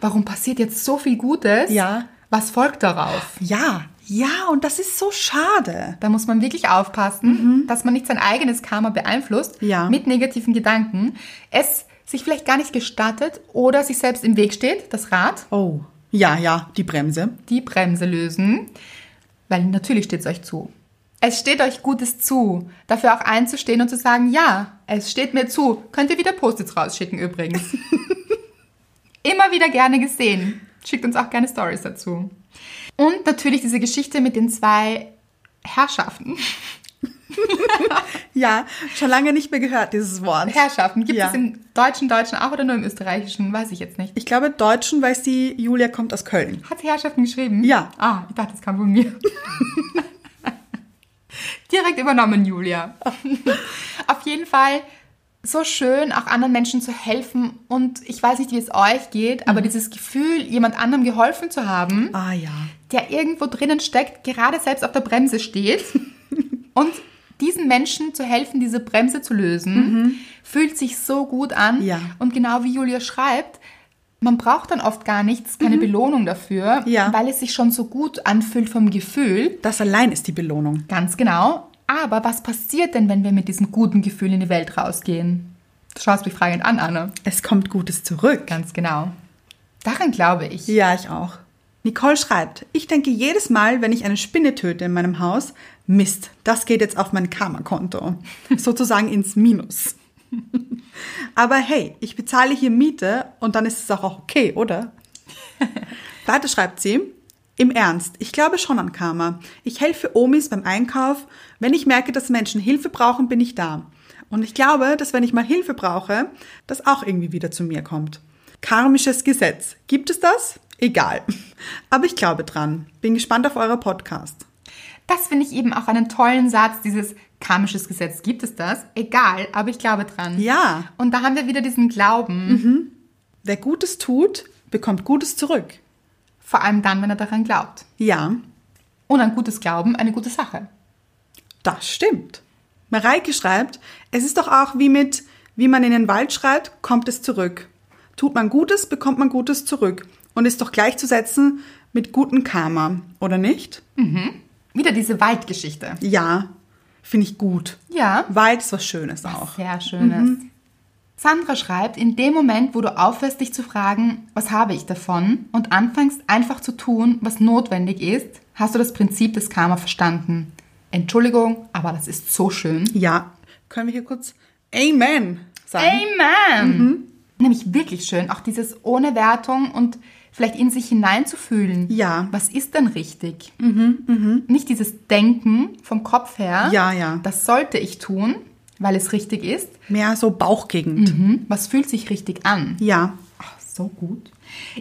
Warum passiert jetzt so viel Gutes?
Ja.
Was folgt darauf?
Ja, ja, und das ist so schade.
Da muss man wirklich aufpassen, dass man nicht sein eigenes Karma beeinflusst
Mhm. Ja.
mit negativen Gedanken. Es sich vielleicht gar nicht gestattet oder sich selbst im Weg steht, das Rad,
Oh, ja, ja, die Bremse.
die Bremse lösen, weil natürlich steht es euch zu. Es steht euch Gutes zu, dafür auch einzustehen und zu sagen, ja, es steht mir zu. Könnt ihr wieder Post-its rausschicken übrigens. Immer wieder gerne gesehen. Schickt uns auch gerne Stories dazu. Und natürlich diese Geschichte mit den zwei Herrschaften.
Ja, schon lange nicht mehr gehört, dieses Wort.
Herrschaften gibt
Ja.
es im deutschen Deutschen auch oder nur im österreichischen, weiß ich jetzt nicht.
Ich glaube, Deutschen, weil sie, Julia kommt aus Köln.
Hat sie Herrschaften geschrieben?
Ja.
Ah, ich dachte, das kam von mir. Direkt übernommen, Julia. Auf jeden Fall so schön, auch anderen Menschen zu helfen. Und ich weiß nicht, wie es euch geht, aber dieses Gefühl, jemand anderem geholfen zu haben,
Ah ja.
der irgendwo drinnen steckt, gerade selbst auf der Bremse steht (laughs) und diesen Menschen zu helfen, diese Bremse zu lösen, fühlt sich so gut an.
Mhm. Ja.
Und genau wie Julia schreibt, man braucht dann oft gar nichts, keine Belohnung dafür,
Mhm. Ja.
weil es sich schon so gut anfühlt vom Gefühl.
Das allein ist die Belohnung.
Ganz genau. Aber was passiert denn, wenn wir mit diesem guten Gefühl in die Welt rausgehen? Du schaust mich fragend an, Anne.
Es kommt Gutes zurück.
Ganz genau. Daran glaube ich.
Ja, ich auch. Nicole schreibt, ich denke jedes Mal, wenn ich eine Spinne töte in meinem Haus, Mist, das geht jetzt auf mein Karma-Konto. Sozusagen ins Minus. (laughs) Aber hey, ich bezahle hier Miete und dann ist es auch okay, oder? Weiter schreibt sie. Im Ernst, ich glaube schon an Karma. Ich helfe Omis beim Einkauf. Wenn ich merke, dass Menschen Hilfe brauchen, bin ich da. Und ich glaube, dass wenn ich mal Hilfe brauche, das auch irgendwie wieder zu mir kommt. Karmisches Gesetz. Gibt es das? Egal. (laughs) Aber ich glaube dran. Bin gespannt auf eure Podcast.
Das finde ich eben auch einen tollen Satz, dieses karmisches Gesetz. Gibt es das? Egal, aber ich glaube dran.
Ja.
Und da haben wir wieder diesen Glauben.
Wer Gutes tut, bekommt Gutes zurück.
Vor allem dann, wenn er daran glaubt.
Ja,
Und ein gutes Glauben, eine gute Sache.
das stimmt. Mareike schreibt, es ist doch auch wie mit, wie man in den Wald schreibt, kommt es zurück. Tut man Gutes, bekommt man Gutes zurück. Und ist doch gleichzusetzen mit gutem Karma, oder nicht?
Wieder diese Waldgeschichte.
Ja, finde ich gut.
Ja.
Wald ist was Schönes auch.
Sehr schönes. Sandra schreibt, in dem Moment, wo du aufhörst, dich zu fragen, was habe ich davon, und anfängst einfach zu tun, was notwendig ist, hast du das Prinzip des Karma verstanden. Entschuldigung, aber das ist so schön.
Ja, können wir hier kurz Amen sagen?
Amen! Mhm. Nämlich wirklich schön, auch dieses ohne Wertung und vielleicht in sich hineinzufühlen.
Ja. Mhm,
Was ist denn richtig? Nicht dieses Denken vom Kopf her.
Ja, ja.
Das sollte ich tun, weil es richtig ist.
Mehr so Bauchgegend.
Mhm. Was fühlt sich richtig an?
Ja,
Ach, so gut.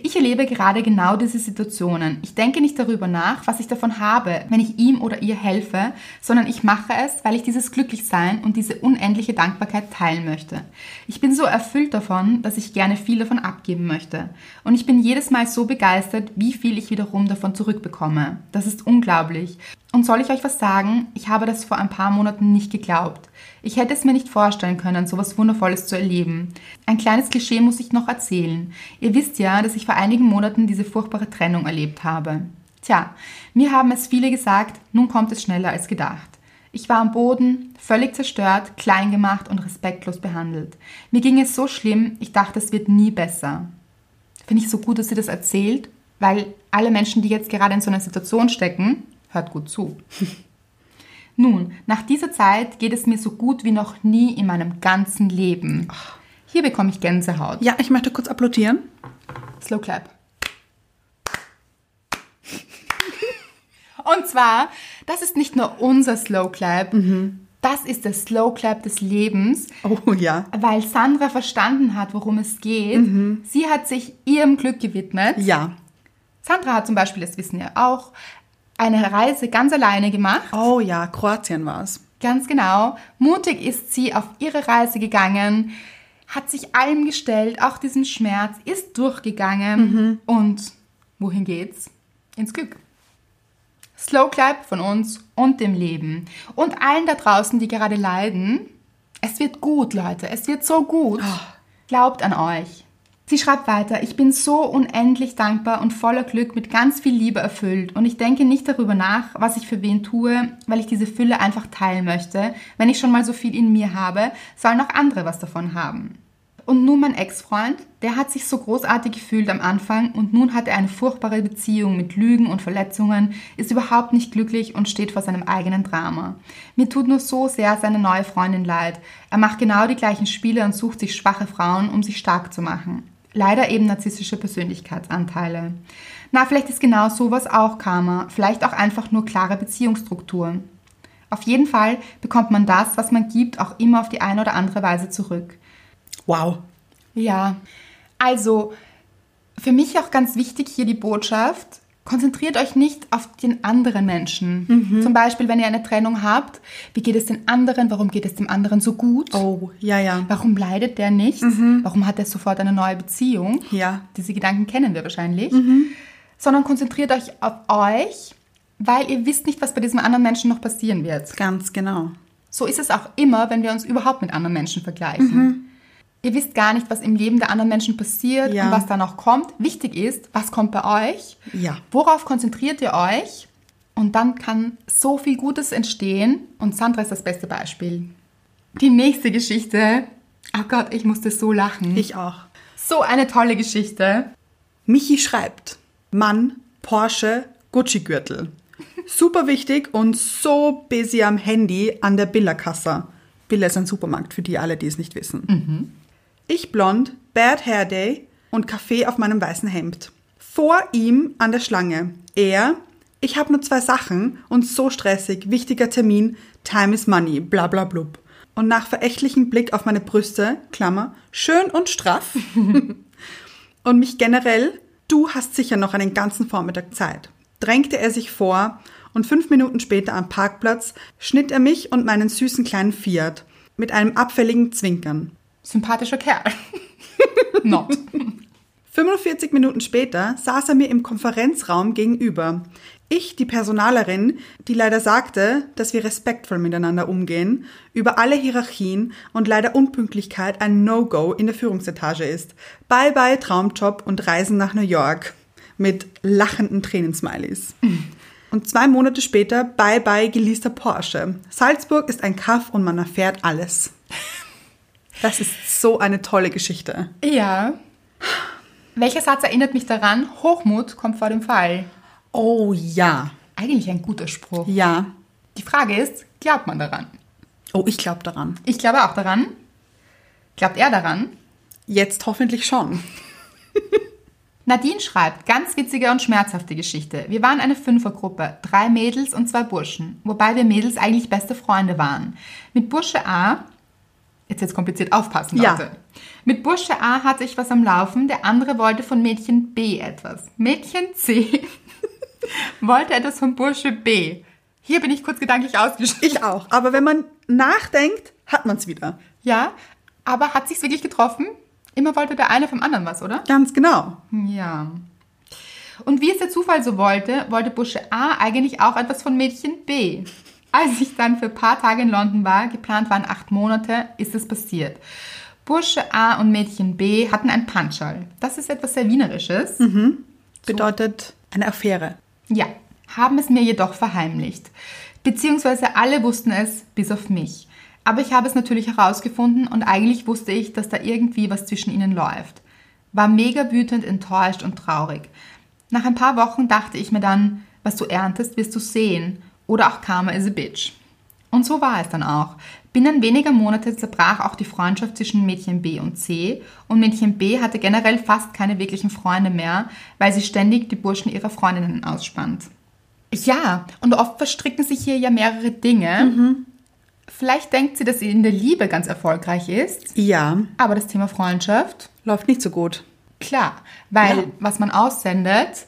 Ich erlebe gerade genau diese Situationen. Ich denke nicht darüber nach, was ich davon habe, wenn ich ihm oder ihr helfe, sondern ich mache es, weil ich dieses Glücklichsein und diese unendliche Dankbarkeit teilen möchte. Ich bin so erfüllt davon, dass ich gerne viel davon abgeben möchte. Und ich bin jedes Mal so begeistert, wie viel ich wiederum davon zurückbekomme. Das ist unglaublich. Und soll ich euch was sagen? Ich habe das vor ein paar Monaten nicht geglaubt. Ich hätte es mir nicht vorstellen können, so was Wundervolles zu erleben. Ein kleines Klischee muss ich noch erzählen. Ihr wisst ja, dass ich vor einigen Monaten diese furchtbare Trennung erlebt habe. Tja, mir haben es viele gesagt, nun kommt es schneller als gedacht. Ich war am Boden, völlig zerstört, klein gemacht und respektlos behandelt. Mir ging es so schlimm, ich dachte, es wird nie besser. Finde ich so gut, dass sie das erzählt, weil alle Menschen, die jetzt gerade in so einer Situation stecken, hört gut zu. Nun, nach dieser Zeit geht es mir so gut wie noch nie in meinem ganzen Leben. Hier bekomme ich Gänsehaut.
ja, ich möchte kurz applaudieren.
Slow Clap. Und zwar, das ist nicht nur unser Slow Clap, das ist der Slow Clap des Lebens,
Oh ja.
weil Sandra verstanden hat, worum es geht. Sie hat sich ihrem Glück gewidmet.
Ja.
Sandra hat zum Beispiel, das wissen wir auch, eine Reise ganz alleine gemacht.
Oh ja, Kroatien war es.
Ganz genau. Mutig ist sie auf ihre Reise gegangen, hat sich allem gestellt, auch diesem Schmerz, ist durchgegangen. Und wohin geht's? Ins Glück. Slow Clap von uns und dem Leben. Und allen da draußen, die gerade leiden. Es wird gut, Leute. Es wird so gut. Glaubt an euch. Sie schreibt weiter, ich bin so unendlich dankbar und voller Glück mit ganz viel Liebe erfüllt und ich denke nicht darüber nach, was ich für wen tue, weil ich diese Fülle einfach teilen möchte. Wenn ich schon mal so viel in mir habe, sollen auch andere was davon haben. Und nun mein Ex-Freund, der hat sich so großartig gefühlt am Anfang und nun hat er eine furchtbare Beziehung mit Lügen und Verletzungen, ist überhaupt nicht glücklich und steht vor seinem eigenen Drama. Mir tut nur so sehr seine neue Freundin leid. Er macht genau die gleichen Spiele und sucht sich schwache Frauen, um sich stark zu machen. Leider eben narzisstische Persönlichkeitsanteile. Na, vielleicht ist genau sowas auch Karma, vielleicht auch einfach nur klare Beziehungsstrukturen. Auf jeden Fall bekommt man das, was man gibt, auch immer auf die eine oder andere Weise zurück.
Wow.
Ja, also für mich auch ganz wichtig hier die Botschaft, konzentriert euch nicht auf den anderen Menschen.
Mhm.
Zum Beispiel, wenn ihr eine Trennung habt, wie geht es den anderen, warum geht es dem anderen so gut?
Oh, ja, ja.
Warum leidet der nicht? Warum hat er sofort eine neue Beziehung?
Ja. Mhm.
Diese Gedanken kennen wir wahrscheinlich. Sondern konzentriert euch auf euch, weil ihr wisst nicht, was bei diesem anderen Menschen noch passieren wird.
Ganz genau.
So ist es auch immer, wenn wir uns überhaupt mit anderen Menschen vergleichen. Ihr wisst gar nicht, was im Leben der anderen Menschen passiert
Mhm. Ja.
und was da noch kommt. Wichtig ist, was kommt bei euch?
Ja.
Worauf konzentriert ihr euch? Und dann kann so viel Gutes entstehen. Und Sandra ist das beste Beispiel. Die nächste Geschichte. Oh Gott, ich musste so lachen.
Ich auch.
so eine tolle Geschichte.
Michi schreibt: Mann, Porsche, Gucci-Gürtel. Super wichtig und so busy am Handy an der Billerkasse. Billa ist ein Supermarkt für die alle, die es nicht wissen. Ich blond, Bad Hair Day und Kaffee auf meinem weißen Hemd. Vor ihm an der Schlange. Er, ich habe nur zwei Sachen und so stressig, wichtiger Termin, Time is Money, bla bla blub. Und nach verächtlichem Blick auf meine Brüste, Klammer, schön und straff, und mich generell, du hast sicher noch einen ganzen Vormittag Zeit. Drängte er sich vor und fünf Minuten später am Parkplatz schnitt er mich und meinen süßen kleinen Fiat mit einem abfälligen Zwinkern.
Sympathischer Kerl. (laughs) Not.
45 Minuten später saß er mir im Konferenzraum gegenüber. Ich, die Personalerin, die leider sagte, dass wir respektvoll miteinander umgehen, über alle Hierarchien und leider Unpünktlichkeit ein No-Go in der Führungsetage ist. Bye-bye Traumjob und Reisen nach New York. Mit lachenden Tränensmileys. Und zwei Monate später Bye-bye geleaster Porsche. Salzburg ist ein Kaff und man erfährt alles. Das ist so eine tolle Geschichte.
Ja. Welcher Satz erinnert mich daran? Hochmut kommt vor dem Fall.
Oh ja.
Eigentlich ein guter Spruch.
Ja.
Die Frage ist, glaubt man daran?
Oh, ich glaube daran.
Ich glaube auch daran. Glaubt er daran?
Jetzt hoffentlich schon.
Nadine schreibt, ganz witzige und schmerzhafte Geschichte. Wir waren eine Fünfergruppe, drei Mädels und zwei Burschen, wobei wir Mädels eigentlich beste Freunde waren. Mit Bursche A, jetzt jetzt kompliziert aufpassen,
Ja.
Leute. Mit Bursche A hatte ich was am Laufen, der andere wollte von Mädchen B etwas. Mädchen C (laughs) wollte etwas von Bursche B. Hier bin ich kurz gedanklich ausgeschrieben.
Ich auch. Aber wenn man nachdenkt, hat man es wieder.
Ja, aber hat sich's wirklich getroffen? Immer wollte der eine vom anderen was, oder?
Ganz genau.
Ja. Und wie es der Zufall so wollte, wollte Busche A eigentlich auch etwas von Mädchen B. Als ich dann für ein paar Tage in London war, geplant waren acht Monate, ist es passiert. Bursche A und Mädchen B hatten ein Panschall. Das ist etwas sehr Wienerisches.
Bedeutet eine Affäre.
Ja, haben es mir jedoch verheimlicht. Beziehungsweise alle wussten es, bis auf mich. Aber ich habe es natürlich herausgefunden und eigentlich wusste ich, dass da irgendwie was zwischen ihnen läuft. War mega wütend, enttäuscht und traurig. Nach ein paar Wochen dachte ich mir dann, was du erntest, wirst du sehen. Oder auch Karma is a Bitch. Und so war es dann auch. Binnen weniger Monate zerbrach auch die Freundschaft zwischen Mädchen B und C und Mädchen B hatte generell fast keine wirklichen Freunde mehr, weil sie ständig die Burschen ihrer Freundinnen ausspannt. Ja, und oft verstricken sich hier ja mehrere Dinge. Vielleicht denkt sie, dass sie in der Liebe ganz erfolgreich ist,
Ja.
aber das Thema Freundschaft,
Läuft nicht so gut.
klar, weil
Ja.
was man aussendet,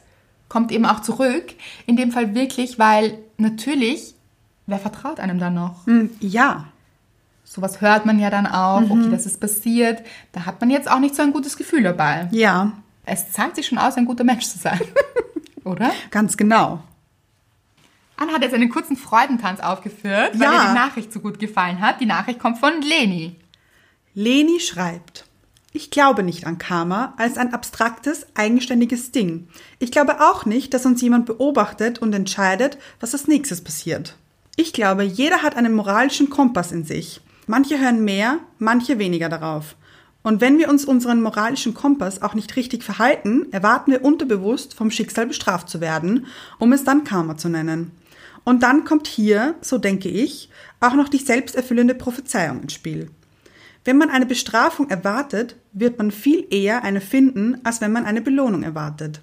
kommt eben auch zurück. In dem Fall wirklich, weil natürlich, wer vertraut einem dann noch?
Hm, Ja.
Sowas hört man ja dann auch, okay, das ist passiert. Da hat man jetzt auch nicht so ein gutes Gefühl dabei.
Ja.
Es zahlt sich schon aus, ein guter Mensch zu sein. (laughs) Oder?
Ganz genau.
Anna hat jetzt einen kurzen Freudentanz aufgeführt, weil
Ja.
ihr die Nachricht so gut gefallen hat. Die Nachricht kommt von Leni.
Leni schreibt, ich glaube nicht an Karma als ein abstraktes, eigenständiges Ding. Ich glaube auch nicht, dass uns jemand beobachtet und entscheidet, was als nächstes passiert. Ich glaube, jeder hat einen moralischen Kompass in sich. Manche hören mehr, manche weniger darauf. Und wenn wir uns unseren moralischen Kompass auch nicht richtig verhalten, erwarten wir unterbewusst vom Schicksal bestraft zu werden, um es dann Karma zu nennen. Und dann kommt hier, so denke ich, auch noch die selbsterfüllende Prophezeiung ins Spiel. Wenn man eine Bestrafung erwartet, wird man viel eher eine finden, als wenn man eine Belohnung erwartet.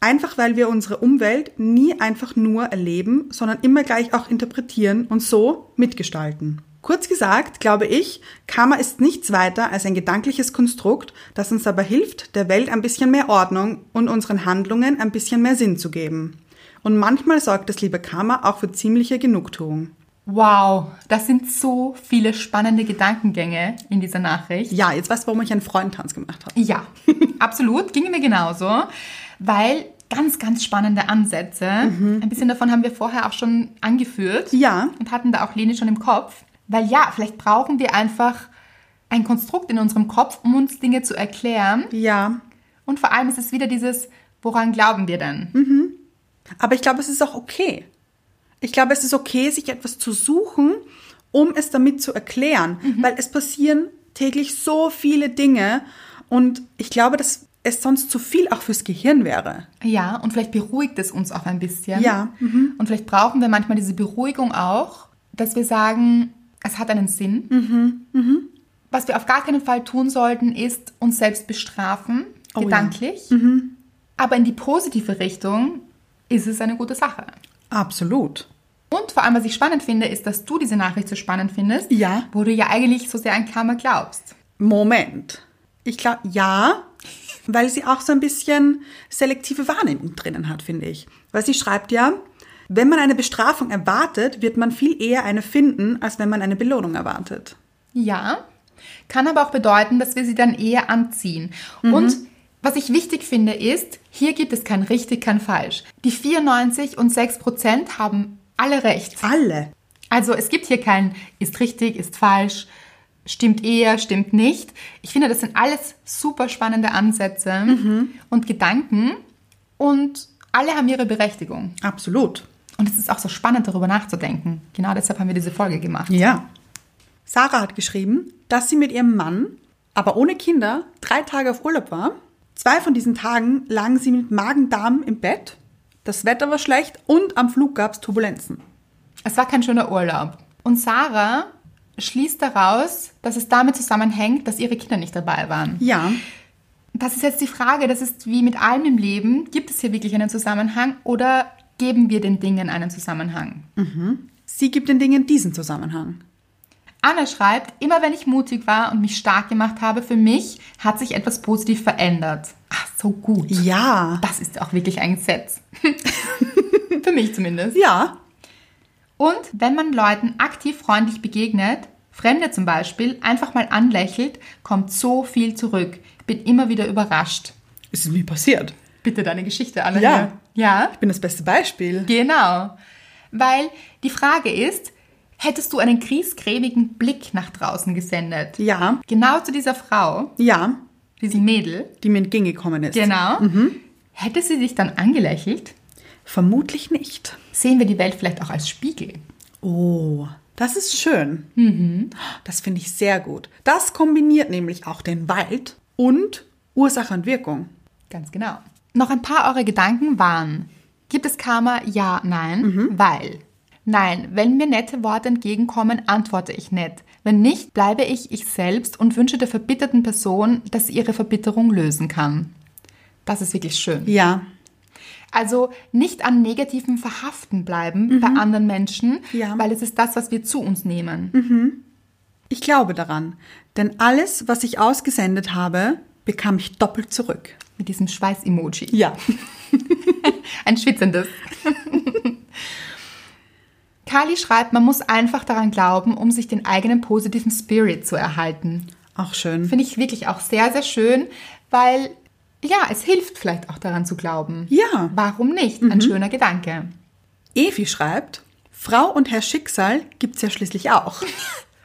Einfach weil wir unsere Umwelt nie einfach nur erleben, sondern immer gleich auch interpretieren und so mitgestalten. Kurz gesagt, glaube ich, Karma ist nichts weiter als ein gedankliches Konstrukt, das uns dabei hilft, der Welt ein bisschen mehr Ordnung und unseren Handlungen ein bisschen mehr Sinn zu geben. Und manchmal sorgt das liebe Karma auch für ziemliche Genugtuung.
Wow, das sind so viele spannende Gedankengänge in dieser Nachricht.
Ja, jetzt weißt du, warum ich einen Freudentanz gemacht habe.
Ja, (laughs) absolut. Ging mir genauso, weil ganz, ganz spannende Ansätze. Ein bisschen davon haben wir vorher auch schon angeführt.
Ja.
Und hatten da auch Leni schon im Kopf. Weil ja, vielleicht brauchen wir einfach ein Konstrukt in unserem Kopf, um uns Dinge zu erklären.
Ja,
Und vor allem ist es wieder dieses, woran glauben wir denn?
Aber ich glaube, es ist auch okay. Ich glaube, es ist okay, sich etwas zu suchen, um es damit zu erklären, weil es passieren täglich so viele Dinge und ich glaube, dass es sonst zu viel auch fürs Gehirn wäre.
Ja, und vielleicht beruhigt es uns auch ein bisschen.
Ja, mhm.
Und vielleicht brauchen wir manchmal diese Beruhigung auch, dass wir sagen, Es hat einen Sinn.
Mhm,
Was wir auf gar keinen Fall tun sollten, ist uns selbst bestrafen,
Oh ja. Mhm.
gedanklich. Aber in die positive Richtung ist es eine gute Sache.
Absolut.
Und vor allem, was ich spannend finde, ist, dass du diese Nachricht so spannend findest,
Ja.
wo du ja eigentlich so sehr an Karma glaubst.
Moment. Ich glaube, ja, weil sie auch so ein bisschen selektive Wahrnehmung drinnen hat, finde ich. Weil sie schreibt ja, wenn man eine Bestrafung erwartet, wird man viel eher eine finden, als wenn man eine Belohnung erwartet.
Ja, kann aber auch bedeuten, dass wir sie dann eher anziehen. Und was ich wichtig finde ist, hier gibt es kein richtig, kein falsch. Die 94 und 6 Prozent haben alle recht.
Alle.
Also es gibt hier kein ist richtig, ist falsch, stimmt eher, stimmt nicht. Ich finde, das sind alles super spannende Ansätze und Gedanken und alle haben ihre Berechtigung.
Absolut.
Und es ist auch so spannend, darüber nachzudenken. Genau deshalb haben wir diese Folge gemacht.
Ja. Sarah hat geschrieben, dass sie mit ihrem Mann, aber ohne Kinder, drei Tage auf Urlaub war. Zwei von diesen Tagen lagen sie mit Magen-Darm im Bett. Das Wetter war schlecht und am Flug gab es Turbulenzen.
Es war kein schöner Urlaub. Und Sarah schließt daraus, dass es damit zusammenhängt, dass ihre Kinder nicht dabei waren.
Ja.
Das ist jetzt die Frage, das ist wie mit allem im Leben, gibt es hier wirklich einen Zusammenhang oder geben wir den Dingen einen Zusammenhang?
Sie gibt den Dingen diesen Zusammenhang.
Anna schreibt, immer wenn ich mutig war und mich stark gemacht habe, für mich hat sich etwas positiv verändert. Ach, so gut.
Ja.
Das ist auch wirklich ein Gesetz. (laughs) für mich zumindest.
Ja.
Und wenn man Leuten aktiv freundlich begegnet, Fremde zum Beispiel, einfach mal anlächelt, kommt so viel zurück. Bin immer wieder überrascht.
Ist es mir passiert.
Bitte deine Geschichte, Anna.
Ja.
Ja,
Ich bin das beste Beispiel.
genau. Weil die Frage ist, hättest du einen griesgrämigen Blick nach draußen gesendet?
Ja.
Genau zu dieser Frau,
Ja.
diesem Mädel.
Die mir entgegengekommen ist.
Genau. Hätte sie dich dann angelächelt?
Vermutlich nicht.
Sehen wir die Welt vielleicht auch als Spiegel?
Oh. Das ist schön. Mhm. Das finde ich sehr gut. Das kombiniert nämlich auch den Wald und Ursache und Wirkung.
Ganz genau. Noch ein paar eure Gedanken waren. Gibt es Karma? Ja, nein,
Mhm.
weil. Nein, wenn mir nette Worte entgegenkommen, antworte ich nett. Wenn nicht, bleibe ich ich selbst und wünsche der verbitterten Person, dass sie ihre Verbitterung lösen kann. Das ist wirklich schön.
Ja.
Also nicht an negativen Verhaften bleiben bei anderen Menschen,
Mhm. Ja. Mhm.
weil es ist das, was wir zu uns nehmen.
Ich glaube daran. Denn alles, was ich ausgesendet habe, bekam ich doppelt zurück.
Mit diesem Schweiß-Emoji.
Ja.
Ein schwitzendes. Kali schreibt, man muss einfach daran glauben, um sich den eigenen positiven Spirit zu erhalten.
Auch schön.
Finde ich wirklich auch sehr, sehr schön, weil ja, es hilft vielleicht auch daran zu glauben.
Ja. Mhm.
Warum nicht? Ein schöner Gedanke.
Evi schreibt, Frau und Herr Schicksal gibt's ja schließlich auch.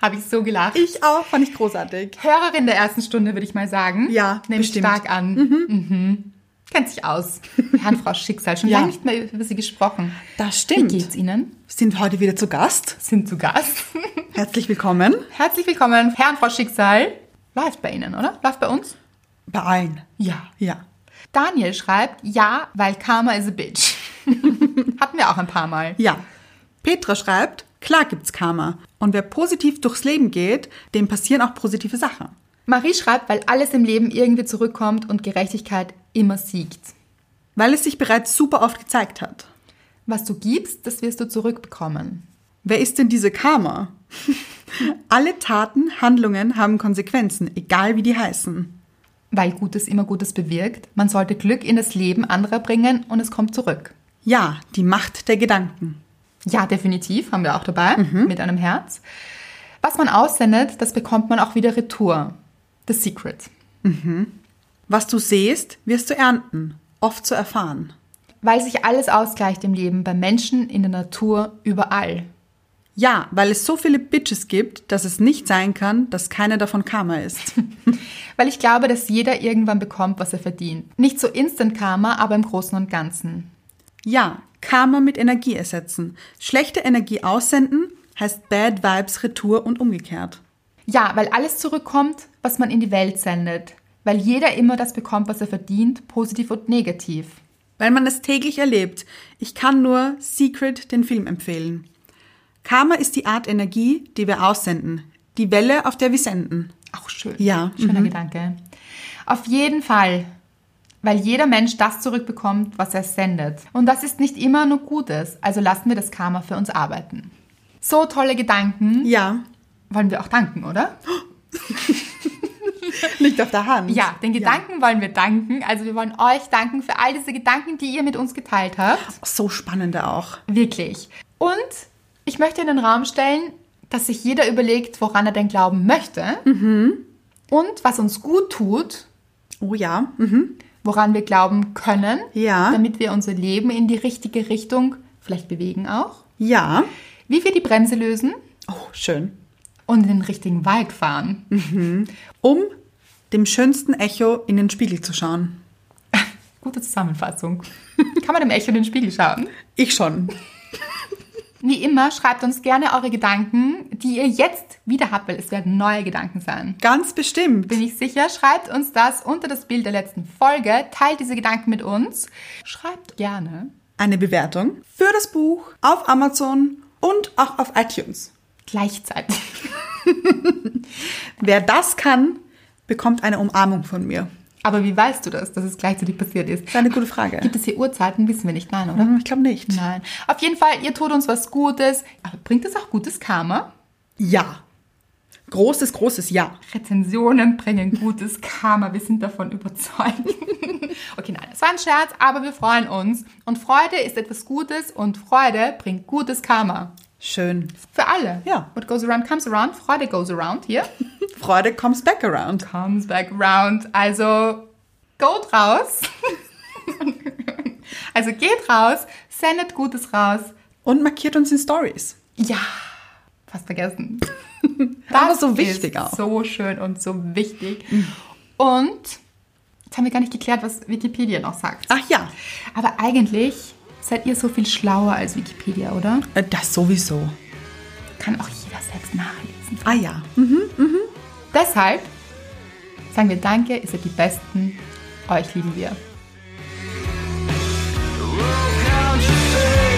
Habe ich so gelacht.
(laughs) Ich auch, fand ich großartig.
Hörerin der ersten Stunde, würde ich mal sagen.
Ja,
Nehme ich
bestimmt.
stark an. Mhm. Kennt sich aus. Herrn Frau Schicksal, schon
(laughs) Ja.
lange nicht mehr über sie gesprochen.
Das
Wie
stimmt.
geht's Ihnen?
Sind heute wieder zu Gast.
Sind zu Gast.
Herzlich willkommen
Herzlich willkommen, Herr und Frau Schicksal. Läuft bei Ihnen, oder? Läuft bei uns?
bei allen.
Ja.
Ja.
Daniel schreibt, ja, weil Karma is a bitch. (laughs) Hatten wir auch ein paar Mal.
Ja. Petra schreibt, klar gibt's Karma. Und wer positiv durchs Leben geht, dem passieren auch positive Sachen.
Marie schreibt, weil alles im Leben irgendwie zurückkommt und Gerechtigkeit immer siegt.
Weil es sich bereits super oft gezeigt hat.
Was du gibst, das wirst du zurückbekommen.
Wer ist denn diese Karma? (laughs) Alle Taten, Handlungen haben Konsequenzen, egal wie die heißen.
Weil Gutes immer Gutes bewirkt. Man sollte Glück in das Leben anderer bringen und es kommt zurück.
Ja, die Macht der Gedanken.
Ja, definitiv, haben wir auch dabei, mit einem Herz. Was man aussendet, das bekommt man auch wieder retour. The Secret.
Was du siehst, wirst du ernten, oft zu erfahren.
Weil sich alles ausgleicht im Leben, bei Menschen, in der Natur, überall. (laughs)
Ja, weil es so viele Bitches gibt, dass es nicht sein kann, dass keine davon Karma ist.
Weil ich glaube, dass jeder irgendwann bekommt, was er verdient. Nicht so Instant Karma, aber im Großen und Ganzen.
Ja, Karma mit Energie ersetzen. Schlechte Energie aussenden heißt Bad Vibes Retour und umgekehrt.
Ja, weil alles zurückkommt, was man in die Welt sendet. Weil jeder immer das bekommt, was er verdient, positiv und negativ.
Weil man es täglich erlebt. Ich kann nur Secret den Film empfehlen. Karma ist die Art Energie, die wir aussenden. Die Welle, auf der wir senden.
Auch schön.
Ja.
Schöner Gedanke. Auf jeden Fall. Weil jeder Mensch das zurückbekommt, was er sendet. Und das ist nicht immer nur Gutes. Also lassen wir das Karma für uns arbeiten. So tolle Gedanken.
(laughs) Ja.
Wollen wir auch danken, oder?
Liegt auf der Hand.
Ja, den Gedanken wollen wir danken. Also wir wollen euch danken für all diese Gedanken, die ihr mit uns geteilt habt.
So spannende auch.
Wirklich. Und ich möchte in den Raum stellen, dass sich jeder überlegt, woran er denn glauben möchte. Und was uns gut tut,
Oh ja. Mhm.
woran wir glauben können,
Ja.
damit wir unser Leben in die richtige Richtung vielleicht bewegen auch.
Ja.
Wie wir die Bremse lösen
Oh, schön.
und in den richtigen Wald fahren.
Um dem schönsten Echo in den Spiegel zu schauen.
Gute Zusammenfassung. Kann man dem Echo in den Spiegel schauen?
Ich schon.
Wie immer, schreibt uns gerne eure Gedanken, die ihr jetzt wieder habt, weil es werden neue Gedanken sein.
Ganz bestimmt.
Bin ich sicher, schreibt uns das unter das Bild der letzten Folge, teilt diese Gedanken mit uns, schreibt gerne.
Eine Bewertung für das Buch auf Amazon und auch auf iTunes.
Gleichzeitig. (laughs)
Wer das kann, bekommt eine Umarmung von mir.
Aber wie weißt du das, dass es gleichzeitig passiert ist?
Das ist eine gute Frage.
Gibt es hier Uhrzeiten? Wissen wir nicht, nein, oder?
Hm, Ich glaube nicht.
Nein. Auf jeden Fall, ihr tut uns was Gutes. Aber bringt es auch gutes Karma?
Ja. Großes, großes Ja.
Rezensionen bringen gutes Karma. Wir sind davon überzeugt. (laughs) Okay, nein, das war ein Scherz, aber wir freuen uns. Und Freude ist etwas Gutes und Freude bringt gutes Karma.
Schön.
Für alle.
Ja.
What goes around comes around. Freude goes around hier.
Freude comes back around.
Comes back round. Also, geht raus. (laughs) also, geht raus, sendet Gutes raus.
Und markiert uns in Stories.
Ja, fast vergessen.
(laughs) Aber so wichtig
ist
auch. Mhm.
So schön und so wichtig. Und jetzt haben wir gar nicht geklärt, was Wikipedia noch sagt.
Ach ja,
Aber eigentlich seid ihr so viel schlauer als Wikipedia, oder?
äh, das sowieso.
Kann auch jeder selbst nachlesen.
Ah ja.
Deshalb sagen wir Danke, ihr seid die Besten. Euch lieben wir.
Count your faith.